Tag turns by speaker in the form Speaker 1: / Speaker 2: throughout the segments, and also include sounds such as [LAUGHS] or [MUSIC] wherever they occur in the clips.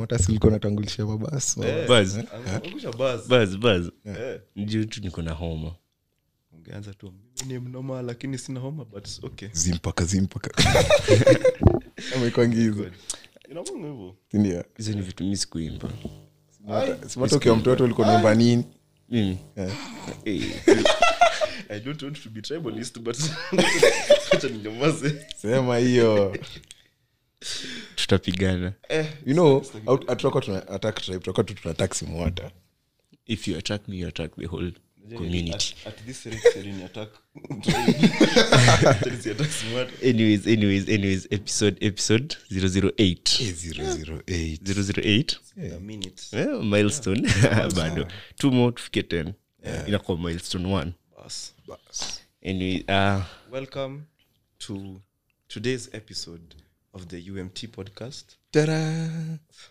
Speaker 1: hata silikuwa natangulisha mabasi
Speaker 2: Eh,
Speaker 3: Buzz.
Speaker 2: angeangusha buzz.
Speaker 3: buzz buzz
Speaker 2: Eh,
Speaker 3: juu tu niko na homa
Speaker 2: ungeanza tu mimi ni mnoma lakini sina homa but it's okay
Speaker 1: zimpaka zimpaka amekwangiza
Speaker 2: inamwanga hivyo
Speaker 1: ndio
Speaker 3: hizo ni vitu mi sikuimba
Speaker 1: simata ukiwa mtoto ulikuwa naimba nini
Speaker 3: mimi
Speaker 1: Eh.
Speaker 3: Eh,
Speaker 2: i don't want to be tribalist but [LAUGHS] acha ninyamaze
Speaker 1: sema hiyo
Speaker 3: tutapigana
Speaker 1: you know out- hatutakuwa tuna attack tribe tutakuwa tu tuna taxi mwata
Speaker 3: if you attack me you attack the whole community
Speaker 2: At- at this rate, Serene [LAUGHS] attack. Acha nisi-attack Smarta.
Speaker 3: anyways anyways anyways episode episode 008
Speaker 1: Eh,
Speaker 3: 008
Speaker 2: In a minute.
Speaker 3: Eh, milestone [LAUGHS] bado two more tufike 10 inakuwa milestone one
Speaker 2: Bas.
Speaker 3: anyway uh,
Speaker 2: welcome to today's episode of the umt podcast [LAUGHS]
Speaker 1: Tada!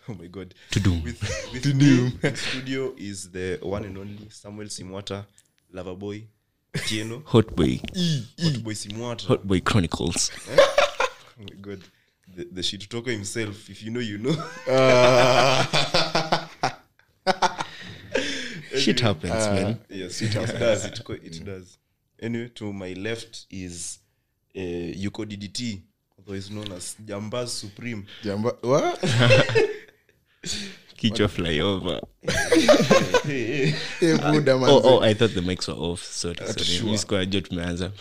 Speaker 2: oh my god
Speaker 3: Tudum.
Speaker 2: with, with me in studio is the one and only samuel simwata loverboy tieno
Speaker 3: hot boy e.
Speaker 2: hotboy simwata
Speaker 3: hot boy chronicles
Speaker 2: oh my god the, the shitutoko himself if you know you know
Speaker 3: shit happens
Speaker 2: Ah.
Speaker 3: man
Speaker 2: yes it does it, co- it does anyway to my left is uh, yuko ddt otherwise known as jambaz supreme
Speaker 1: jamba wa? [LAUGHS]
Speaker 3: kichwa fly over
Speaker 1: Eh, buda
Speaker 3: oh,
Speaker 1: manze.
Speaker 3: oh i thought the mics were off sorry sorry
Speaker 2: sure.
Speaker 3: Mimi sikuwa najua tumeanza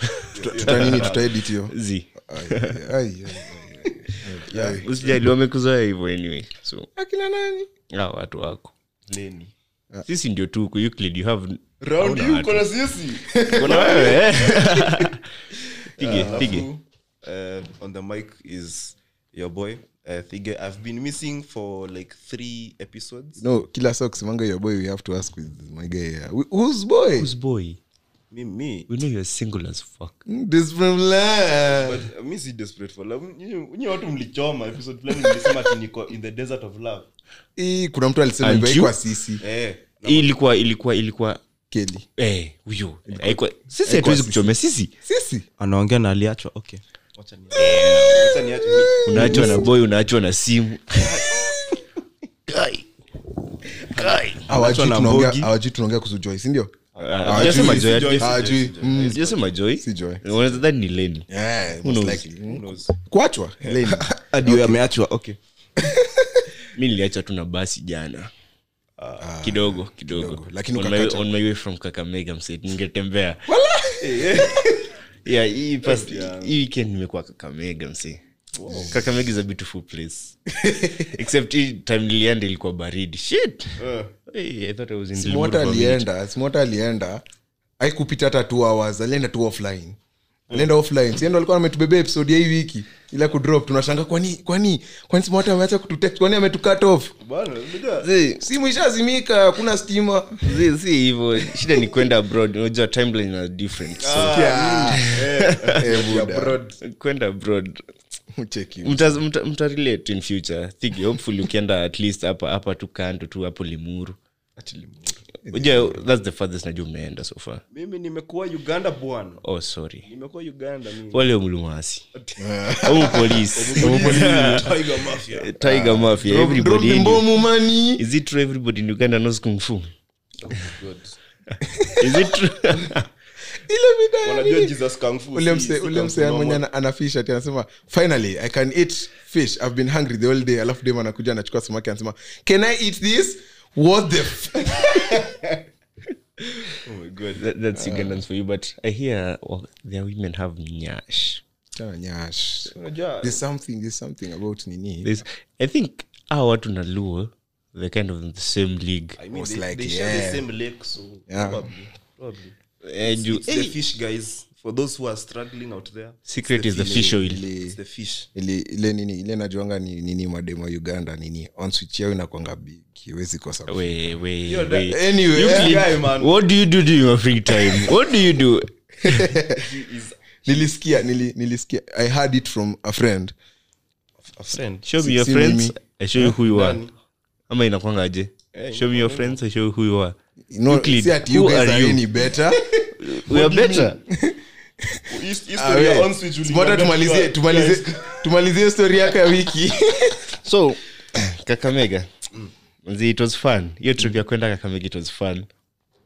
Speaker 1: tuta nini tutaedit hiyo
Speaker 3: z
Speaker 1: Ai, ai, ai, ai, ai. Ai.
Speaker 3: usijali wamekuzoea hivyo anyway so
Speaker 1: akina nani
Speaker 3: ah, watu wako
Speaker 2: leni
Speaker 1: Ah.
Speaker 3: sisi ndio tu huku Euclid, you have
Speaker 2: raundi
Speaker 3: Hauna
Speaker 2: uko na sisi
Speaker 3: kuna
Speaker 1: [LAUGHS]
Speaker 3: wewe eh? pige
Speaker 1: Ah,
Speaker 2: Alafu,
Speaker 3: pige
Speaker 2: uh, on the mic is your boy uh, thige i've been missing for like three episodes
Speaker 1: no kila saa ukisimanga your boy we have to ask with my guy yeah. Wh- whose boy
Speaker 3: whose boy
Speaker 2: me me
Speaker 3: we know you're single as fuck
Speaker 1: Mm, this from
Speaker 2: but
Speaker 1: love
Speaker 2: uh, me si desperate for love Nyinyi- nyinyi watu mlichoma episode fulani mlisema ati niko in the desert of love
Speaker 1: Ii, kuna mtu alisema
Speaker 3: And
Speaker 1: hivyo
Speaker 3: you?
Speaker 1: haikuwa sisi
Speaker 2: eh na-
Speaker 3: Hii ilikuwa ilikuwa ilikuwa
Speaker 1: keli
Speaker 3: eh huyo haikuwa sisi hatuwezi kuchomea sisi
Speaker 1: sisi
Speaker 2: Ah,
Speaker 4: anaongea na aliachwa okay
Speaker 2: wacha ni- Eh, wacha niache mi-
Speaker 3: unaachwa na boy unaachwa na
Speaker 1: [LAUGHS]
Speaker 3: simu Guy. Guy.
Speaker 1: hawajui
Speaker 4: na
Speaker 1: tunaongea-
Speaker 4: Mbogi.
Speaker 1: hawajui tunaongea kuhusu joy sindio
Speaker 3: Ah, hujasema Joy, hatu-
Speaker 1: hawajui Mm.
Speaker 3: hujasema Joy.
Speaker 1: Si Joy.
Speaker 3: Unaweza dhani ni Lenny.
Speaker 1: Yeah,
Speaker 3: Who
Speaker 1: most
Speaker 3: knows?
Speaker 1: likely.
Speaker 2: who
Speaker 1: Mm.
Speaker 2: knows?
Speaker 1: kuachwa
Speaker 2: [LAUGHS]
Speaker 1: Leni.
Speaker 4: hadi okay. ameachwa okay
Speaker 3: mi niliacha tu na basi jana kidogo kidogo
Speaker 1: lakini
Speaker 3: On my-
Speaker 1: ukakata.
Speaker 3: on my way from kakamega mse ningetembea [LAUGHS] yeah hii past- hii weekend nimekuwa kakamega mse kakamega is a beautiful place except hii time nilienda ilikuwa baridi shit
Speaker 2: Eh,
Speaker 3: Hey, i thought i was in the
Speaker 1: simota
Speaker 3: mood for a minute.
Speaker 1: alienda simota alienda aikupita hata two hours alienda tu offline alienda offline siendo alikuwa ametubebea episode ya hii wiki ila kudrop tunashanga kwani kwani kwani simota ameacha kututext kwani ametucut off
Speaker 2: bana unajua,
Speaker 3: Zee,
Speaker 1: simu ishazimika hakuna stima
Speaker 3: zee, si hivyo shida ni kwenda abroad unajua timeline are different
Speaker 2: Ah.
Speaker 1: Ah.
Speaker 3: so,
Speaker 2: [LAUGHS]
Speaker 1: Yeah. [LAUGHS] Eh,
Speaker 2: ya
Speaker 1: buda.
Speaker 2: broad.
Speaker 3: kwenda abroad
Speaker 1: Cheki.
Speaker 2: Mm.
Speaker 3: Mta- mta- mtarelate in future Think, hopefully ukienda at least hapa hapa tu kando tu hapo limuru
Speaker 2: Actually, Mungu.
Speaker 3: Unajua, thats the farthest najua umeenda so far
Speaker 2: mimi nimekuwa uganda bwana
Speaker 3: oh sorry
Speaker 2: nimekuwa uganda mimi.
Speaker 3: wale mlumasi au polisi
Speaker 2: [LAUGHS]
Speaker 3: Eh,
Speaker 2: Tiger Mafia.
Speaker 3: tiger mafia
Speaker 1: Drop- drop the
Speaker 3: everybody in-
Speaker 1: mbomu mani
Speaker 3: is it true everybody in uganda knows kung fu
Speaker 1: Eh.
Speaker 2: God.
Speaker 3: is it true [LAUGHS]
Speaker 1: ile bidhaa
Speaker 2: Wanajua
Speaker 1: nini?
Speaker 2: Jesus Kung Fu,
Speaker 1: Ule
Speaker 2: si-
Speaker 1: mse- ule
Speaker 2: si Kung Fu
Speaker 1: msea mwenye
Speaker 2: normal.
Speaker 1: ana- ana fish ati anasema finally i can eat fish i've been hungry the whole day alafu dem anakuja anachukua samaki anasema can i eat this what the f [LAUGHS]
Speaker 2: Oh my God.
Speaker 3: That- that's ugandans for you but i hear well, their women have nyash
Speaker 1: Tena Ah, nyash
Speaker 2: Unajua,
Speaker 1: there's something there's something about nini
Speaker 3: There's, i think ah watu na luo they're kind of in the same league
Speaker 2: I mean,
Speaker 1: Most
Speaker 2: they- they
Speaker 1: likely,
Speaker 2: share the
Speaker 1: yeah.
Speaker 2: same lake, so
Speaker 1: Yeah.
Speaker 2: probably- probably.
Speaker 3: Eh, juu-
Speaker 2: It's the fish, guys. For those who are struggling out there,
Speaker 3: secret is the fish oil
Speaker 2: it's the fish.
Speaker 1: ile ile nini ile najuanga ni nini mademo ya uganda nini on switch yao inakwanga big iwezi kosa
Speaker 3: Wait, wait,
Speaker 2: You're
Speaker 3: wait.
Speaker 1: anyway
Speaker 3: You
Speaker 1: eh,
Speaker 3: clean-
Speaker 2: guy, man.
Speaker 3: what do you do during your free time? What do you do?
Speaker 2: He is
Speaker 1: nilisikia nili, nilisikia i heard it from a friend
Speaker 2: a friend.
Speaker 3: Show me
Speaker 1: Si-
Speaker 3: your
Speaker 1: si
Speaker 3: friends.
Speaker 1: mimi.
Speaker 3: I show you who you are.
Speaker 2: Nani?
Speaker 3: Ama inakwangaje?
Speaker 2: Eh,
Speaker 3: Show me your friends. I show you who you are.
Speaker 1: no,
Speaker 3: Euclid,
Speaker 1: see ati you
Speaker 3: who
Speaker 1: guys
Speaker 3: are
Speaker 1: are
Speaker 3: you?
Speaker 1: any better
Speaker 3: [LAUGHS] We are better.
Speaker 2: His- his
Speaker 1: Ah,
Speaker 2: story
Speaker 1: we.
Speaker 2: on switch
Speaker 1: Smart,
Speaker 2: uliniambia
Speaker 1: tumalizie
Speaker 2: kuwa-
Speaker 1: tumalizie tumalizie story yako ya wiki
Speaker 3: So, [CLEARS THROAT] Kakamega. Manzi, it was fun hiyo trip ya kwenda kakamega it was fun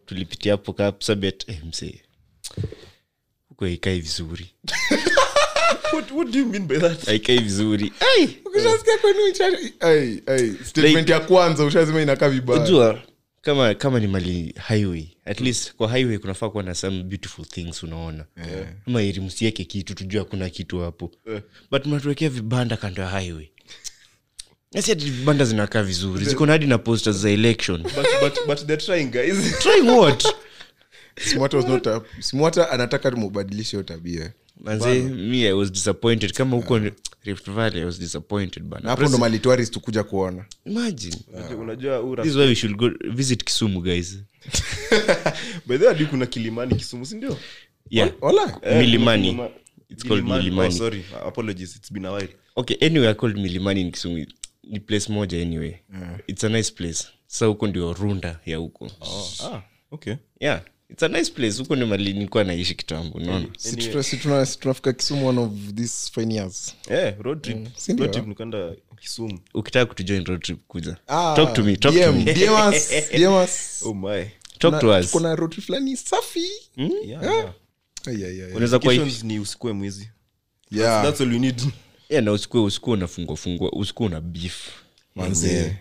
Speaker 3: tulipitia hapo kapsabet eh, msee huko ikai vizuri
Speaker 2: What, what do you mean by that?
Speaker 3: aikai vizuri Ai!
Speaker 1: [LAUGHS] ukishasikia kwani ucha- ai, ai, statement ya kwanza ushazima inakaa vibaya
Speaker 3: unajua kama kama ni mali highway at least kwa highway kunafaa kuwa na some beautiful things unaona yeah. ama iri msieke kitu tujue hakuna kitu hapo yeah. but mnatuwekea vibanda kando ya highway nasi hati vibanda zinakaa vizuri ziko na hadi na posters za election
Speaker 2: but, but, but they're trying [LAUGHS] guys
Speaker 3: try what
Speaker 1: Smwata was not up- Smwata anataka mubadilishe hiyo tabia
Speaker 3: manze mi i was disappointed kama huko ni- rift valley i was disappointed
Speaker 1: na
Speaker 3: bana
Speaker 1: hapo ndo malitoaris tukuja kuona
Speaker 3: imagine
Speaker 2: unajua huu
Speaker 3: this is why we should go visit kisumu guys
Speaker 2: by the way hadi kuna kilimani kisumu si ndio
Speaker 3: yeah
Speaker 1: Wala.
Speaker 3: Eh, milimani
Speaker 2: Milima-
Speaker 3: It's called
Speaker 2: Oh,
Speaker 3: Milimani.
Speaker 2: sorry apologies it's been a while
Speaker 3: okay anyway I called milimani in kisumu ni place moja anyway it's a nice place sa huko ndio runda ya huko
Speaker 2: ah okay
Speaker 3: yeah it's a nice place huko ni mali nilikuwa naishi kitambo
Speaker 2: Mm.
Speaker 3: unaona
Speaker 1: Si tuna- si tuna- si tunafika kisumu one of these fine years
Speaker 2: eh road trip
Speaker 3: Hmm.
Speaker 1: Si ndio?
Speaker 2: road trip nikaenda kisumu
Speaker 3: ukitaka kutujoin road trip kuja
Speaker 1: Ah,
Speaker 3: talk to me talk to
Speaker 1: DM,
Speaker 3: me
Speaker 1: DM us,
Speaker 3: [LAUGHS]
Speaker 1: DM us.
Speaker 2: oh my
Speaker 3: talk to
Speaker 1: Na-
Speaker 3: us Hmm?
Speaker 1: kuna roti fulani safi
Speaker 2: yeah, yeah.
Speaker 1: Ai, ai, ai.
Speaker 3: Ah. unaweza kuwa Ah. hivi
Speaker 2: Vacations ni usikue mwizi
Speaker 1: Yeah.
Speaker 2: that's all you need
Speaker 3: yeah na usikue usikue unafungwa fungwa usikue una beef
Speaker 1: Manze.
Speaker 2: yeah,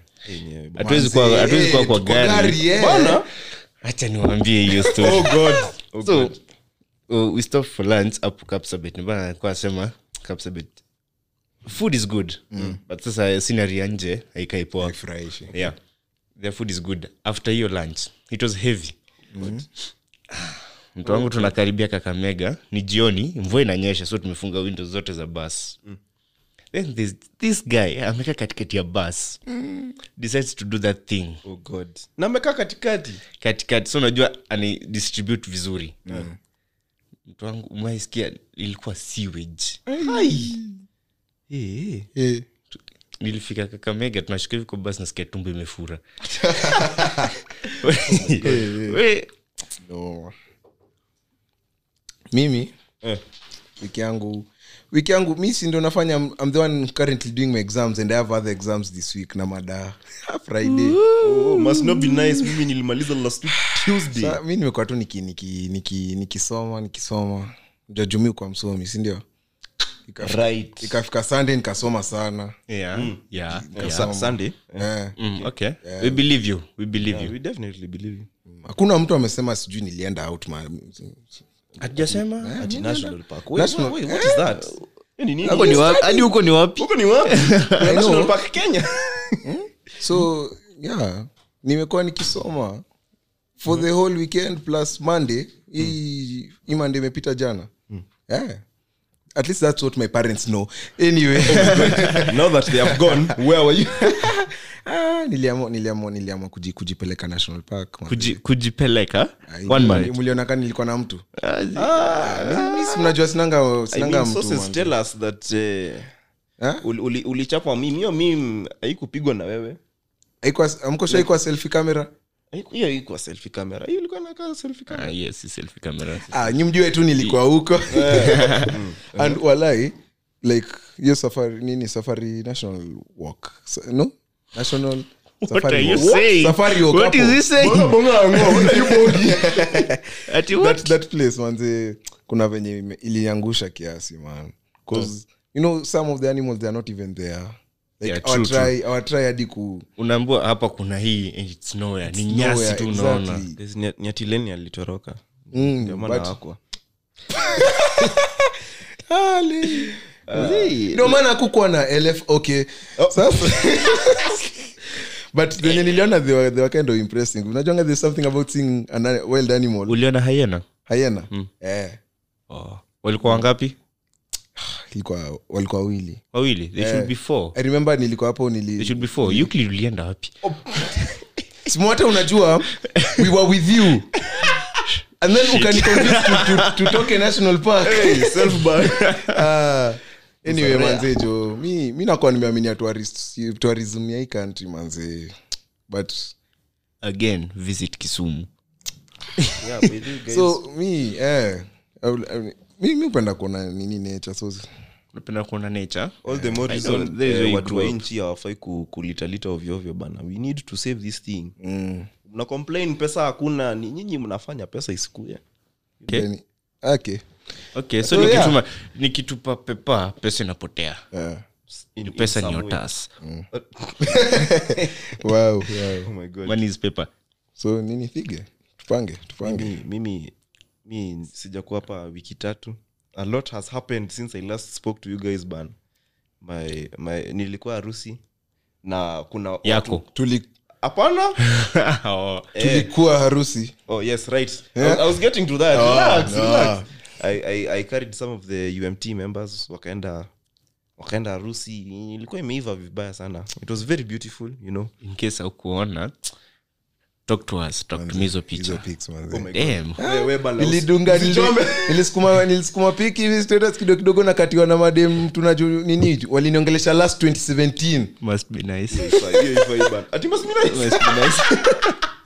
Speaker 2: but-
Speaker 3: hatuwezi kuwa hatuwezi kuwa
Speaker 1: Eh,
Speaker 3: kwa
Speaker 1: tuko gari,
Speaker 3: gari
Speaker 1: eh.
Speaker 3: acha niwaambie hiyo story
Speaker 2: [LAUGHS] Oh,
Speaker 3: so
Speaker 2: God.
Speaker 3: uh, we stop for lunch up kapsabet nibana alikuwa asema kapsabet food is good mm. but sasa sinari ya nje haikai poa
Speaker 1: Haifurahishi.
Speaker 3: yeah their food is good after hiyo lunch it was heavy Ah, mtu wangu tunakaribia kakamega ni jioni mvua inanyesha so tumefunga windows zote za bus then this, this guy amekaa katikati ya bus decides to do that thing
Speaker 2: oh god na amekaa katikati
Speaker 3: katikati so unajua anaidistribute vizuri mtu wangu umaisikia ilikuwa sewage
Speaker 1: Eh,
Speaker 3: nilifika kakamega tunashuka hivi kwa basi nasikia tumbo imefura [LAUGHS] We-
Speaker 1: no. mimi
Speaker 2: Eh.
Speaker 1: wiki yangu wiki yangu mi si ndo nafanya I'm- I'm the one currently doing my exams and i have other exams this week na mada [LAUGHS] Ah, friday
Speaker 2: oh, must not be nice mimi nilimaliza last week tuesday
Speaker 1: Sa- mi nimekuwa tu nikisoma niki, niki, nikisoma nikisoma jajumi kwa msomi sindio ikafika,
Speaker 2: Right.
Speaker 1: ikafika sunday nikasoma sana
Speaker 3: Yeah, yeah, yeah.
Speaker 1: Sa-
Speaker 2: sunday
Speaker 1: eh.
Speaker 3: Mm, okay. We believe you, we believe you.
Speaker 2: we definitely believe you.
Speaker 1: hakuna mtu amesema sijui nilienda out man.
Speaker 2: Ati national park wait,
Speaker 1: National-
Speaker 2: wait, what is that Hiyo ni nini?
Speaker 3: Huko ni wapi- hadi huko ni wapi
Speaker 2: Huko ni [LAUGHS] wapi
Speaker 1: know.
Speaker 2: national park kenya
Speaker 1: so yeah nimekuwa nikisoma for the whole weekend plus monday hii hii monday imepita jana yeah. at least that's what my parents know anyway
Speaker 2: [LAUGHS] now that they have gone where were [LAUGHS] you
Speaker 1: ah, niliamua niliamua niliamua kuji, kujipeleka national park man.
Speaker 3: Kuji- kujipeleka
Speaker 1: Ah,
Speaker 3: one
Speaker 1: mli-
Speaker 3: minute
Speaker 1: mliona kani nilikuwa na mtu
Speaker 3: Ah,
Speaker 1: Ah, mi si mnajua sinanga
Speaker 2: I
Speaker 1: sinanga
Speaker 2: mean,
Speaker 1: mtu
Speaker 2: sources
Speaker 1: man.
Speaker 2: tell us that eh,
Speaker 1: Ah?
Speaker 2: uli- uli- ulichapwa mimi hiyo mimi haikupigwa na wewe
Speaker 1: Haikuwa- amkoshaikuwa selfie camera
Speaker 2: Haiku- hiyo ilikuwa selfie camera hiyo ilikuwa inakaa selfie camera
Speaker 3: ah, yes, si selfie camera.
Speaker 1: ah, nyi mjue tu nilikuwa
Speaker 3: [LAUGHS]
Speaker 1: huko
Speaker 3: Eh.
Speaker 1: [LAUGHS] and walai like hiyo safari nini safari national walk Sa- no national
Speaker 3: What are
Speaker 1: safari
Speaker 3: you
Speaker 1: walk.
Speaker 3: saying?
Speaker 1: Safari walk
Speaker 3: What
Speaker 1: hapo.
Speaker 3: is he saying?
Speaker 2: [LAUGHS]
Speaker 1: Bonga, bonga, ngo, what are you bongi?
Speaker 3: Ati what?
Speaker 1: that, that place manze kuna venye ime- iliangusha kiasi man cause you know some of the animals they are not even there like
Speaker 3: Yeah,
Speaker 1: our
Speaker 3: true, true.
Speaker 1: try our try hadi ku
Speaker 3: unaambua hapa kuna hii and it's nowhere. ni
Speaker 1: nowhere,
Speaker 3: nyasi tu unaona
Speaker 1: exactly.
Speaker 2: There's Nya- nyatileni alitoroka
Speaker 1: Mm,
Speaker 2: Ndio maana
Speaker 1: but-
Speaker 2: hakwa.
Speaker 1: [LAUGHS] Ali. ndio maana hakukuwa na lf okay sasa Oh. [LAUGHS] but venye niliona they were, they were kind of impressing unajuanga there's something about seeing an ani- wild animal
Speaker 3: uliona haiena
Speaker 1: hayena eh,
Speaker 3: walikuwa wangapi
Speaker 1: ilikuwa walikuwa wawili
Speaker 3: wawili they should be four
Speaker 1: i remember nilikuwa hapo
Speaker 3: they
Speaker 1: nili
Speaker 3: should be four Euclid ulienda wapi
Speaker 1: simwata unajua we were with you and then ukaniconvince to, to, to toke national park [LAUGHS] Ah, anyway manze jo mi, mi nakuwa nimeaminia tourist- tourism ya hii country manze but
Speaker 3: again visit kisumu
Speaker 2: Yeah, by the way, guys,
Speaker 1: so mi eh, I will- I will- mi mi hupenda kuona nini nature so
Speaker 3: unapenda kuona nature
Speaker 2: all the more
Speaker 3: I
Speaker 2: reason,
Speaker 3: know, there is where
Speaker 2: eh,
Speaker 3: you
Speaker 2: watu
Speaker 3: grew
Speaker 2: wa
Speaker 3: up.
Speaker 2: nchi hawafai ku- kulitalita ovyoovyo bana we need to save this thing mna complain pesa hakuna ni nyinyi mnafanya pesa isikue
Speaker 1: Then- ah, okay.
Speaker 3: okay so
Speaker 1: So, yeah.
Speaker 3: nikituma nikitupa pepa pesa inapotea
Speaker 1: Yeah.
Speaker 2: In- in
Speaker 3: pesa ni
Speaker 2: some way.
Speaker 3: otas
Speaker 1: Wow, wow.
Speaker 2: Oh my God.
Speaker 3: money is paper
Speaker 1: so nini fige tupange tupange
Speaker 2: Mi- mimi mi sijakuwa hapa wiki tatu a lot has happened since i last spoke to you guys ban my, my nilikuwa harusi na kuna watu-
Speaker 3: yako
Speaker 1: Tuli,
Speaker 2: hapana
Speaker 3: Oh.
Speaker 1: tulikuwa harusi
Speaker 2: oh yes right I,
Speaker 1: Yeah.
Speaker 2: was- I was getting to that
Speaker 1: Eh? Oh,
Speaker 2: relax,
Speaker 1: no.
Speaker 2: relax. I, I, i carried some of the umt members wakaenda wakaenda harusi ilikuwa imeiva vibaya sana it was very beautiful you know
Speaker 3: in case aukuona talk to us talk to me hizo picha
Speaker 1: Oh Ah,
Speaker 3: Damn.
Speaker 2: We- we bana, usi-
Speaker 1: nilidunga nili- nilisukuma nilisukuma piki hivi status kidogo kidogo na katiwa na madem tunaju nini waliniongelesha last 2017
Speaker 3: must be nice
Speaker 2: [LAUGHS] Ifai- hiyo ifai bana. Ati must be nice. [LAUGHS]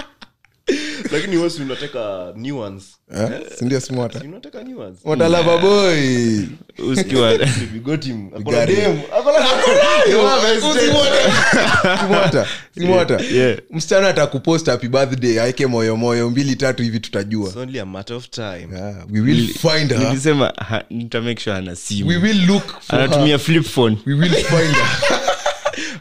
Speaker 2: lakini wewe si unataka nuance
Speaker 1: Eh, si ndio
Speaker 2: Si
Speaker 1: simota
Speaker 2: unataka nuance
Speaker 1: motalava boy
Speaker 3: usikiwa
Speaker 2: [LAUGHS] Ni bigoti m- ako na
Speaker 1: Gari. Ah.
Speaker 2: demu, ako na-
Speaker 1: Simota, simota.
Speaker 3: [LAUGHS] Yeah.
Speaker 1: msichana atakupost happy birthday aeke moyo moyo mbili tatu hivi tutajua
Speaker 2: It's only a matter of time.
Speaker 1: Ah, we will find her
Speaker 3: [LAUGHS] nilisema ha- nita make sure ana
Speaker 1: we
Speaker 3: simu
Speaker 1: will look for her.
Speaker 3: anatumia flip phone
Speaker 1: we will find
Speaker 3: [LAUGHS]
Speaker 1: her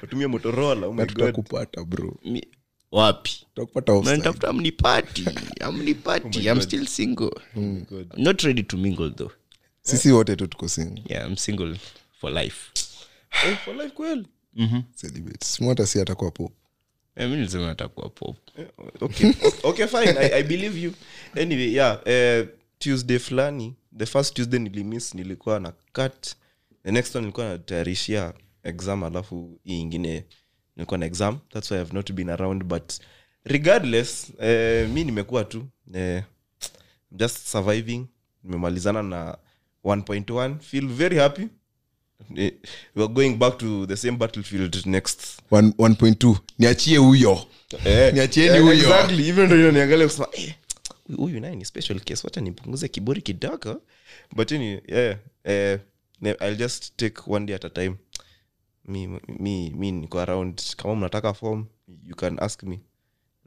Speaker 2: Watumie Motorola, oh my
Speaker 1: na
Speaker 2: God.
Speaker 1: tutakupata bro
Speaker 3: Mi- wapi
Speaker 1: tutakupata offside.
Speaker 3: nanitafuta mnipati amnipati i'm still single I'm not ready to mingle though
Speaker 1: sisi wote tu tuko single.
Speaker 3: yeah i'm single for life
Speaker 2: Eh, for life kweli.
Speaker 1: Celebrate. simota si atakuwa pop
Speaker 3: Eh, mi nilisema natakuwa pop
Speaker 2: Okay. Okay, fine. I- I believe you. Anyway, yeah, eh, tuesday fulani the first tuesday nilimiss nilikuwa na cut the next one nilikuwa natayarishia exam alafu hii ingine nilikuwa na exam thats why ihave not been around but regardless eh, mi nimekuwa tu eh, just surviving nimemalizana na 1.1 feel very happy Eh, we are going back to the same battlefield next
Speaker 1: 1.2 niachie huyo
Speaker 2: Eh,
Speaker 1: Niachieni
Speaker 2: eh,
Speaker 1: huyo.
Speaker 2: exactly. hivyo ndio inaniangalia kusema eh, huyu naye ni special case wacha nipunguze kiburi kidogo but anyway, yeah, eh, ne- I'll just take one day at a time mi, mi, mi niko around kama mnataka form you can ask me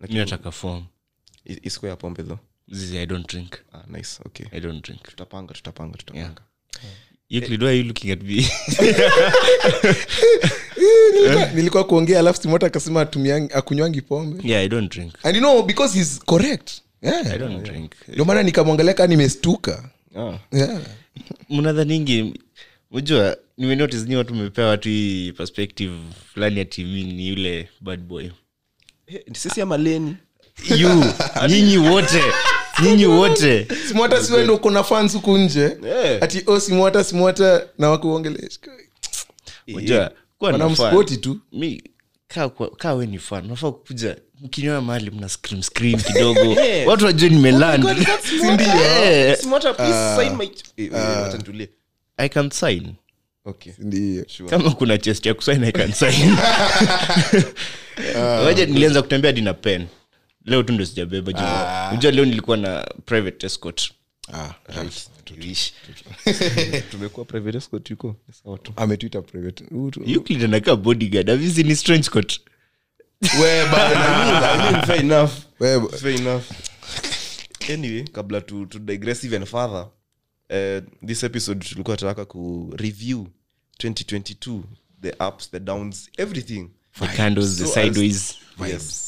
Speaker 3: mi nataka form
Speaker 2: I- isikuwe ya pombe though
Speaker 3: zizi i don't drink
Speaker 2: ah, nice okay
Speaker 3: i don't drink
Speaker 2: tutapanga tutapanga tutapanga
Speaker 3: euclid why are you looking at me
Speaker 1: Nilikuwa- [LAUGHS] nilikuwa kuongea alafu simota akasema atumiangi- akunywangi pombe
Speaker 3: yeah i don't drink
Speaker 1: and you know because he's correct Yeah.
Speaker 3: i don't drink
Speaker 1: ndio maana nikamwangalia kaa nimestuka
Speaker 2: yeah. ah.
Speaker 1: yeah.
Speaker 3: mnadha ningi unajua nimenotice nyi watu mmepea watu hii perspective fulani ati mi ni yule bad [LAUGHS] boy
Speaker 2: hey, Eh, sisi ama leni
Speaker 3: you nyinyi wote nyinyi wote
Speaker 1: simota siwe ndo kuna fans huku nje
Speaker 2: Yeah.
Speaker 1: ati o simota simota na wakuongelesha
Speaker 3: unajua kuwa na fan.
Speaker 1: wanamspoti tu
Speaker 3: mi kaa kwa- kaa we ni fan nafaa kukuja mkinywa mahali mna scream scream [LAUGHS] kidogo
Speaker 2: Yeah.
Speaker 3: watu wajue nimeland [LAUGHS]
Speaker 2: sindio
Speaker 3: Eh,
Speaker 2: smota please sign my eh, eh, wacha nitulie
Speaker 3: i can sign
Speaker 2: okay
Speaker 1: ndio
Speaker 3: kama kuna chest ya kusign i can sign waja nilianza kutembea hadi na pen leo tu ndo sijabeba juu unajua leo nilikuwa na private escort
Speaker 1: Ah,
Speaker 3: Ah, Ish.
Speaker 2: tumekuwa private escort yuko Ni sawa tu
Speaker 1: ametuita private Huyu [LAUGHS] tu-
Speaker 3: Euclid anakaa bodyguard avisi ni strange coat
Speaker 1: we
Speaker 3: [LAUGHS]
Speaker 1: bana
Speaker 2: I mean, fair enough.
Speaker 1: we ba-
Speaker 2: Fair enough. anyway kabla to, to digress even further uh, this episode tulikuwa tunataka ku review 2022 the ups the downs everything
Speaker 3: the candles the
Speaker 2: So
Speaker 3: sideways
Speaker 2: yes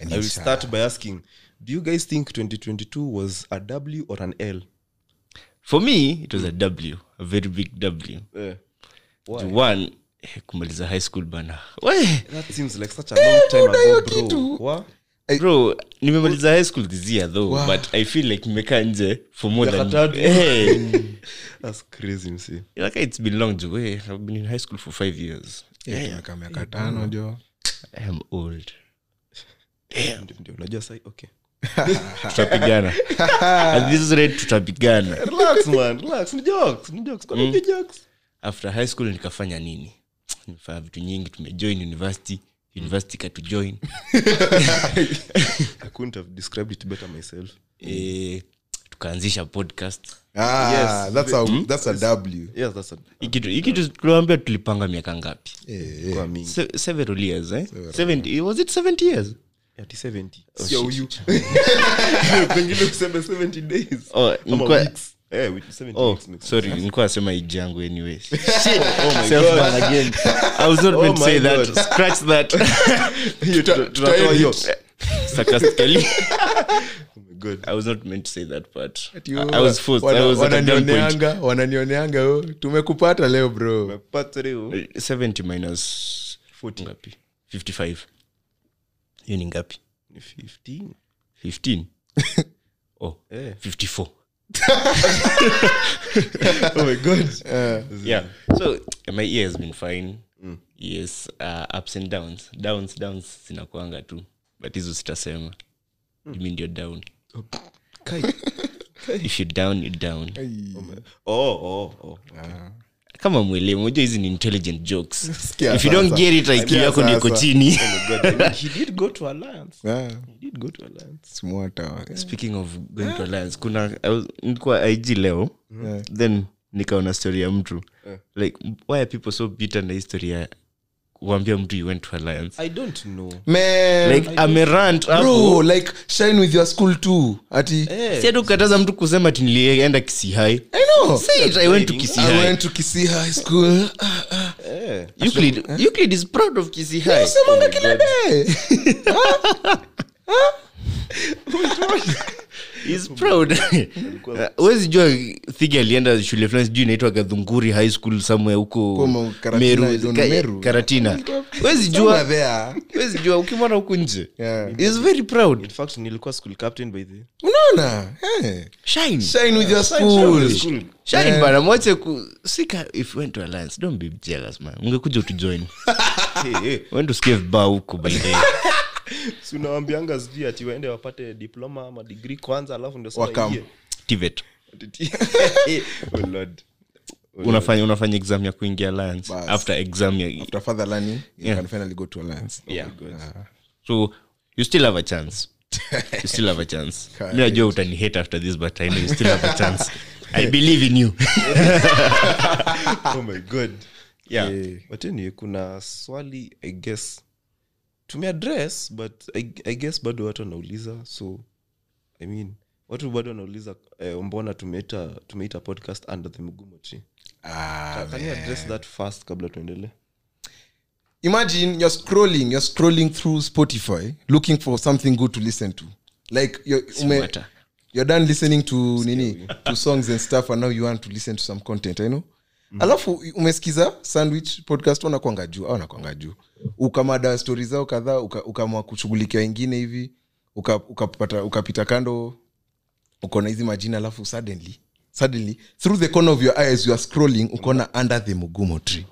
Speaker 2: i will start by asking do you guys think 2022 was a w or an l
Speaker 3: for me it was a w a very big w
Speaker 2: Eh,
Speaker 3: The one eh, kumaliza high school bana we
Speaker 2: that seems like such a long time ago bro Wa?
Speaker 3: bro nimemaliza high school this year though but i feel like nimekaa nje for more
Speaker 2: Miaka
Speaker 3: than [LAUGHS]
Speaker 2: tatu.
Speaker 3: hey,
Speaker 2: that's crazy msee
Speaker 3: like it's been long jo hey, i've been in high school for five years Eh.
Speaker 1: miaka miaka
Speaker 3: Mm-hmm.
Speaker 1: tano jo
Speaker 3: i am old
Speaker 2: Ndio- ndio, unajua sai okay [LAUGHS]
Speaker 3: tutapigana at this rate tutapigana
Speaker 2: relax man relax ni jokes ni jokes kwa nini jokes
Speaker 3: after high school nikafanya nini nimefanya vitu nyingi tumejoin university university
Speaker 2: [LAUGHS]
Speaker 3: katujoin
Speaker 2: I couldn't have described it better myself.
Speaker 3: eh, tukaanzisha podcast
Speaker 1: Ah,
Speaker 2: Yes.
Speaker 1: that's a-
Speaker 3: Hmm?
Speaker 1: that's a W.
Speaker 2: yes that's a,
Speaker 3: Hii kitu- hii kitu tuliwaambia tulipanga miaka ngapi
Speaker 1: Eh, eh.
Speaker 2: kwa mingi
Speaker 3: Se- several years eh? 70, was it 70 years
Speaker 2: Yeah, ti 70
Speaker 3: Oh,
Speaker 1: Sio huyu.
Speaker 3: [LAUGHS]
Speaker 1: [LAUGHS]
Speaker 2: pengine useme 70 days
Speaker 3: Oh,
Speaker 2: Ama
Speaker 3: nilikuwa-
Speaker 2: weeks. Eh, we- 70
Speaker 3: oh
Speaker 2: weeks ni-
Speaker 3: sorry nilikuwa nasema iji yangu
Speaker 2: [LAUGHS]
Speaker 3: anyway [LAUGHS]
Speaker 2: God.
Speaker 3: i was not
Speaker 2: Oh
Speaker 3: meant to
Speaker 2: my
Speaker 3: say that
Speaker 2: God.
Speaker 3: scratch that
Speaker 2: [LAUGHS]
Speaker 1: Tuta- tutatoa hiyo.
Speaker 3: sarcastically
Speaker 2: [LAUGHS] Oh my God.
Speaker 3: i was not meant to say that part
Speaker 1: Ati
Speaker 3: i
Speaker 1: yo,
Speaker 3: I was forced i
Speaker 1: oh, wana-
Speaker 3: was at a gunpoint
Speaker 1: wananioneanga wananioneanga yo, tumekupata leo
Speaker 3: [LAUGHS]
Speaker 1: bro
Speaker 2: Umepata leo.
Speaker 3: 70 Eh, minus 40 ngapi 55 hiyo ni ngapi
Speaker 2: Ni 15 [LAUGHS]
Speaker 3: 15 oh
Speaker 2: Eh.
Speaker 3: 54
Speaker 2: oh my god
Speaker 1: [LAUGHS] Ah.
Speaker 2: Mm.
Speaker 3: yeah so my year has been fine yes uh, ups and downs downs downs zinakwanga tu but hizo sitasema
Speaker 2: Mm.
Speaker 3: mimi ndio down [LAUGHS] if you down you down
Speaker 2: oh oh oh
Speaker 3: kama mwelewa unajua hizi ni intelligent
Speaker 2: [LAUGHS]
Speaker 3: jokes
Speaker 1: Sikia
Speaker 3: if you don't
Speaker 1: sasa.
Speaker 3: get it IQ yako
Speaker 1: sasa.
Speaker 3: niko [LAUGHS] chini
Speaker 2: he did go to alliance
Speaker 1: Ah,
Speaker 2: he did go to alliance
Speaker 1: smart hawa.
Speaker 3: speaking of going to alliance kuna I was- nilikuwa ig leo then nikaona story ya mtu like why are people so bitter na hii story ya kuambia mtu you went to alliance
Speaker 2: i don't know
Speaker 1: Man,
Speaker 3: like amerant hapo
Speaker 1: bro, like, shine with your school too ati
Speaker 2: Eh.
Speaker 3: si hata kukataza mtu kusema ati nilienda kisihai
Speaker 1: I know.
Speaker 3: say it i went to
Speaker 1: I
Speaker 3: kisihai
Speaker 1: went to Kisii High
Speaker 3: [LAUGHS]
Speaker 1: School. Ah, ah.
Speaker 3: euclid euclid is proud of kisihai
Speaker 1: Semanga kila day. [LAUGHS]
Speaker 3: is proud [LAUGHS] wezi jua thigi alienda shule fulani sijui inaitwa gadhunguri high school somewhere huko
Speaker 1: Huko Karatina, I
Speaker 3: meru
Speaker 1: don't
Speaker 3: Ka-
Speaker 1: know, Meru.
Speaker 3: karatina wezi
Speaker 1: Somewhere
Speaker 3: jua
Speaker 1: there.
Speaker 3: wezi jua ukimwona huku nje
Speaker 1: Yeah.
Speaker 3: is very proud
Speaker 2: in fact nilikuwa school captain by the
Speaker 1: unaona Eh.
Speaker 3: shine
Speaker 1: shine with your
Speaker 2: Cool.
Speaker 1: school
Speaker 2: School.
Speaker 3: shine bana mwache ku sika if you went to alliance don't be jealous man
Speaker 1: [LAUGHS]
Speaker 3: ungekuja utujoin
Speaker 2: Hey, hey.
Speaker 3: wende usikie vibaa huko by the way
Speaker 2: Si unawambianga sijui ati waende wapate diploma ama digri kwanza alafu ndio sasa
Speaker 1: Wakam.
Speaker 2: waingie.
Speaker 3: tivet
Speaker 2: Ati- Oh Lord.
Speaker 3: unafanya unafanya exam ya kuingia alliance
Speaker 1: Bas.
Speaker 3: after exam ya
Speaker 1: after further learning you
Speaker 3: Yeah.
Speaker 1: can finally go to Oh alliance
Speaker 3: yeah. so you still have a
Speaker 1: [LAUGHS]
Speaker 3: chance you still have a chance
Speaker 1: Correct.
Speaker 3: mi najua utani hate after this but i know you still have a chance i
Speaker 1: [LAUGHS]
Speaker 3: believe in you
Speaker 2: [LAUGHS] Oh my God.
Speaker 3: yeah
Speaker 2: But anyway, kuna swali i guess tumeaddress but I, i guess bado watu wanauliza so i mean watu bado wanauliza eh, mbona tumeita tumeita podcast under the mgumo tree
Speaker 1: ah,
Speaker 2: can you address that first kabla tuendelee
Speaker 1: imagine you're scrolling you're scrolling through spotify looking for something good to listen to like you're, ume,
Speaker 3: Smarter.
Speaker 1: you're done listening to nini [LAUGHS] to songs and stuff and now you want to listen to some content i know mm. alafu umesikiza sandwich podcast wanakwanga juu au nakwanga juu ukamada stori zao kadhaa uka- ukaamua kushughulikia wengine hivi uka- ukapata ukapita kando ukaona hizi majina alafu suddenly suddenly through the corner of your eyes you are scrolling ukaona under the mugumo tree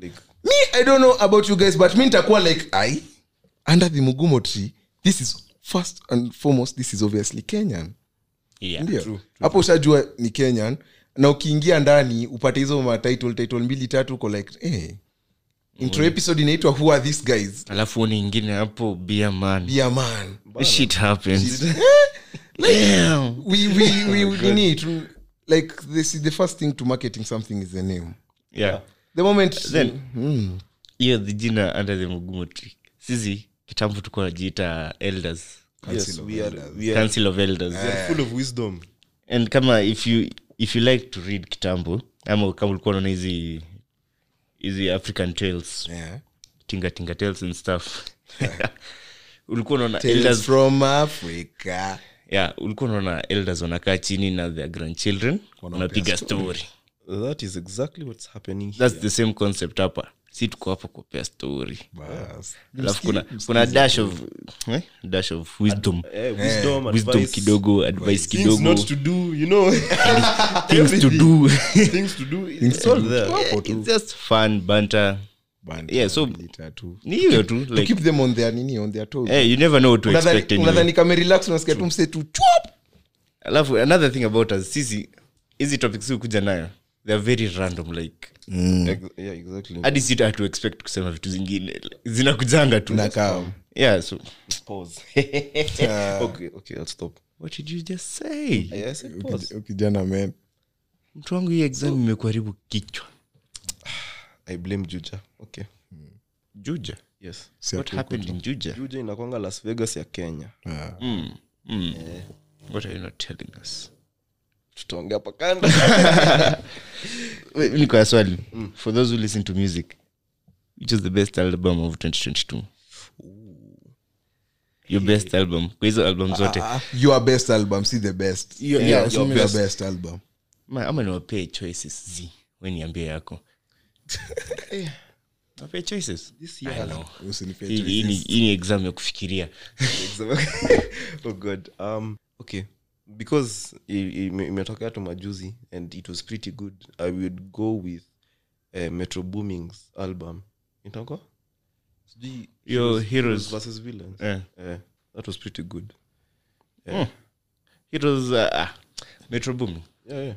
Speaker 2: like
Speaker 1: me i don't know about you guys but mi nitakuwa like i under the mugumo tree this is first and foremost this is obviously kenyan
Speaker 3: yeah
Speaker 1: ndio hapo ushajua ni kenyan na ukiingia ndani upate hizo matitle title mbili tatu uko like eh. intro episode inaitwa who are these guys
Speaker 3: alafu huoni ingine hapo be a man
Speaker 1: Be a man
Speaker 3: This shit happens [LAUGHS]
Speaker 1: [LAUGHS]
Speaker 3: Damn.
Speaker 1: we,
Speaker 3: [LAUGHS] Oh
Speaker 1: we, we, nini, tu- like this is the first thing to marketing something is the name
Speaker 3: yeah
Speaker 1: the moment Hmm.
Speaker 3: Then- hiyo the jina under the mgumo tree sisi kitambo tulikuwa najiita elders
Speaker 2: yes
Speaker 1: Council of
Speaker 2: we are
Speaker 1: Elders.
Speaker 2: we are,
Speaker 3: council of elders
Speaker 2: we are full of wisdom
Speaker 3: and kama if you if you like to read kitambo ama kama ulikuwa unaona hizi hizi african tales
Speaker 1: yeah.
Speaker 3: tinga tinga tales and stuff [LAUGHS] ulikuwa unaona
Speaker 1: Tales
Speaker 3: elders
Speaker 1: from africa
Speaker 3: yeah ulikuwa unaona elders wanakaa chini na their grandchildren wanapiga story
Speaker 2: that is exactly what's happening here.
Speaker 3: that's the same concept hapa si tuko hapa kupea story
Speaker 1: Bas.
Speaker 3: alafu kuna kuna dash of eh? dash of wisdom
Speaker 2: Eh, wisdom,
Speaker 3: wisdom
Speaker 2: advice,
Speaker 3: kidogo advice
Speaker 2: things
Speaker 3: kidogo
Speaker 2: not to do you know [LAUGHS]
Speaker 3: things to do
Speaker 2: things to do it's all there
Speaker 3: it's just fun banter
Speaker 1: Band-
Speaker 3: yeah so
Speaker 1: mbili tatu
Speaker 3: ni hivyo tu
Speaker 1: to
Speaker 3: like Eh,
Speaker 1: keep them on their nini on their toes
Speaker 3: hey, you never know what to
Speaker 1: Unadhani-
Speaker 3: expect anyway.
Speaker 1: unadhani kama relax unasikia tu mse tu chwap
Speaker 3: alafu another thing about us sisi hizi topics hukuja nayo they are very random like
Speaker 2: Mm.
Speaker 3: Mm.
Speaker 2: Ex- yeah exactly
Speaker 3: hadi si hatu expect kusema vitu zingine like, zinakujanga tu
Speaker 1: nakaa
Speaker 3: yeah so
Speaker 2: [LAUGHS] Ah. pause okay okay i'll stop
Speaker 3: what did you just say
Speaker 2: I said pause.
Speaker 1: Uki- ukijana men
Speaker 3: mtu wangu hii exam imekuharibu kichwa
Speaker 2: I blame juja okay Hmm.
Speaker 3: juja
Speaker 2: yes
Speaker 1: Si
Speaker 3: what happened in juja
Speaker 2: juja inakwanga las vegas ya kenya
Speaker 3: Hmm. what are you not telling us
Speaker 2: tutaongea [LAUGHS] pakanda
Speaker 3: Wait, niko na swali for those who listen to music which is the best album of 2022 your best album kwa hizo album
Speaker 1: ah,
Speaker 3: zote
Speaker 1: your best album see the best
Speaker 3: Your- yeah,
Speaker 1: your,
Speaker 3: your
Speaker 1: best. album
Speaker 3: Ma- ama niwapee choices z weniambia yako Niwapee choices I know.
Speaker 1: Usinipee
Speaker 3: Hii- hii
Speaker 1: [LAUGHS]
Speaker 3: ni- hii ni exam ya kufikiria
Speaker 2: [LAUGHS] oh god um okay because i- ime- imetokea tu majuzi and it was pretty good i would go with uh, metro boomings album itako sijui
Speaker 3: Your heroes.
Speaker 2: versus villains
Speaker 3: Eh.
Speaker 2: Eh, that was pretty good
Speaker 3: it was uh, ah, metro boom
Speaker 2: yeah yeah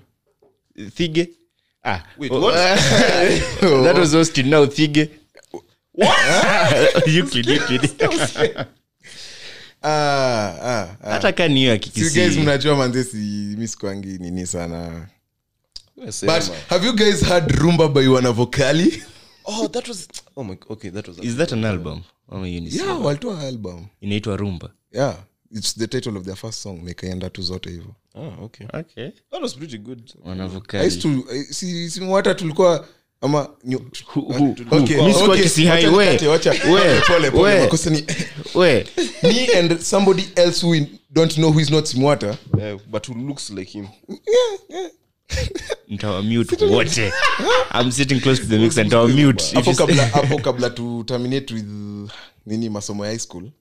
Speaker 3: thige ah,
Speaker 2: Wait,
Speaker 3: oh,
Speaker 2: what?
Speaker 3: ah, [LAUGHS] that was austin now thige [LAUGHS] Euclid, Euclid.
Speaker 1: [LAUGHS] ah, ah, ah.
Speaker 3: hata ka niyo ya
Speaker 1: you guys
Speaker 3: kikisi
Speaker 1: mnajua manzesi miskwangi nini sana
Speaker 2: Sema.
Speaker 1: but have you guys heard rumba by wanavokali
Speaker 2: oh that was oh my okay that was
Speaker 3: is that an album Oh, Ama hiyo ni si-
Speaker 1: yeah walitoa album
Speaker 3: inaitwa rumba
Speaker 1: yeah it's the title of their first song nikaenda tu zote hivyo
Speaker 2: ah okay
Speaker 3: okay
Speaker 2: that was pretty good
Speaker 1: I used
Speaker 3: wanavokali
Speaker 1: to- I- eh, si- si mwata tulikuwa ama nyu- Okay,
Speaker 3: Miss
Speaker 1: okay,
Speaker 3: Kwakisi hai,
Speaker 1: wacha
Speaker 3: we.
Speaker 1: nikate, wacha.
Speaker 3: We,
Speaker 1: [LAUGHS] Pole, pole,
Speaker 3: we.
Speaker 1: makosa ni- [LAUGHS]
Speaker 3: we
Speaker 1: me and somebody else who we don't know who is not simwata
Speaker 2: Eh, but who looks like him
Speaker 3: ntawamute wote i'm sitting close to the mix and ntawamute
Speaker 1: hapo kabla hapo kabla tu terminate with uh, nini masomo ya high school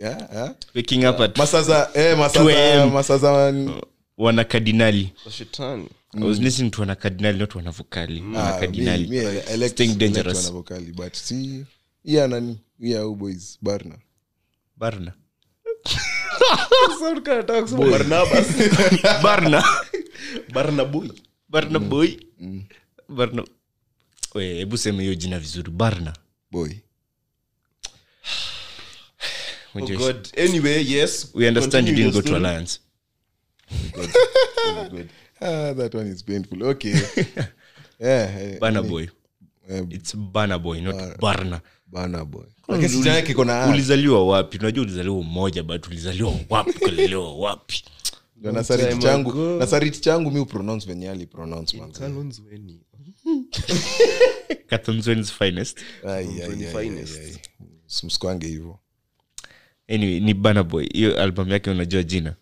Speaker 1: yeah, yeah.
Speaker 3: waking up at
Speaker 1: masaza eh, masaza
Speaker 3: 2am.
Speaker 1: masaza
Speaker 3: Oh, wana kardinali
Speaker 2: shetani
Speaker 3: i was listening to wana kardinali not wana vokali wana
Speaker 1: Mm. ah, me- me,
Speaker 3: kardinali
Speaker 1: I like-
Speaker 3: Staying
Speaker 1: I like
Speaker 3: dangerous.
Speaker 1: wana vocali, but see yeah nani yeah who boys barna
Speaker 3: barna
Speaker 2: sound kana nataka kusema barnabas
Speaker 3: barna [LAUGHS]
Speaker 2: barnaboy
Speaker 3: barna
Speaker 1: Mm.
Speaker 3: boy barna We, hebu sema hiyo jina vizuri barna
Speaker 1: boy
Speaker 2: oh
Speaker 3: Unajua-
Speaker 2: god anyway yes
Speaker 3: we understand you didn't
Speaker 2: continue
Speaker 3: go
Speaker 2: your
Speaker 3: to
Speaker 2: story.
Speaker 3: alliance
Speaker 1: ah, that one is painful
Speaker 3: [LAUGHS]
Speaker 1: okay yeah eh,
Speaker 3: barna boy
Speaker 1: eh,
Speaker 3: it's barna boy not barna
Speaker 1: Burna boy
Speaker 3: Uli-
Speaker 1: Lakini sichana yake iko na A.
Speaker 3: ulizaliwa wapi unajua ulizaliwa umoja but ulizaliwa wapi ukalelewa wapi
Speaker 1: Ndio
Speaker 3: Oh
Speaker 1: nasariti changu nasariti changu mi upronounce venye ali pronounce manze.
Speaker 2: Kalonzo Eni.
Speaker 3: Kathonzoin's finest
Speaker 1: Ai, ai,
Speaker 2: Kalonzo Eni
Speaker 1: ai,
Speaker 2: finest.
Speaker 1: ai, ai. Usimsikwange hivyo
Speaker 3: anyway ni Burna boy hiyo album yake unajua jina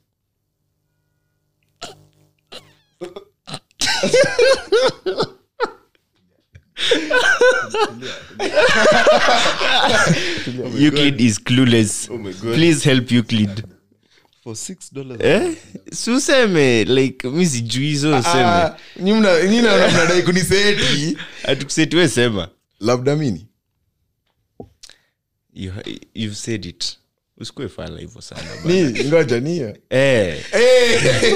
Speaker 3: euclid is clueless please help euclid
Speaker 2: For six dollars.
Speaker 3: eh? si useme like mi sijui hizo useme
Speaker 1: Ah, nyi mna- nyi naona mnadai kuniseti
Speaker 3: [LAUGHS] atukusetiwe sema
Speaker 1: labda mini
Speaker 3: you, you've said it usikue fala hivyo sana ba-
Speaker 1: ni ngoja niyo
Speaker 3: eh,
Speaker 1: Eh,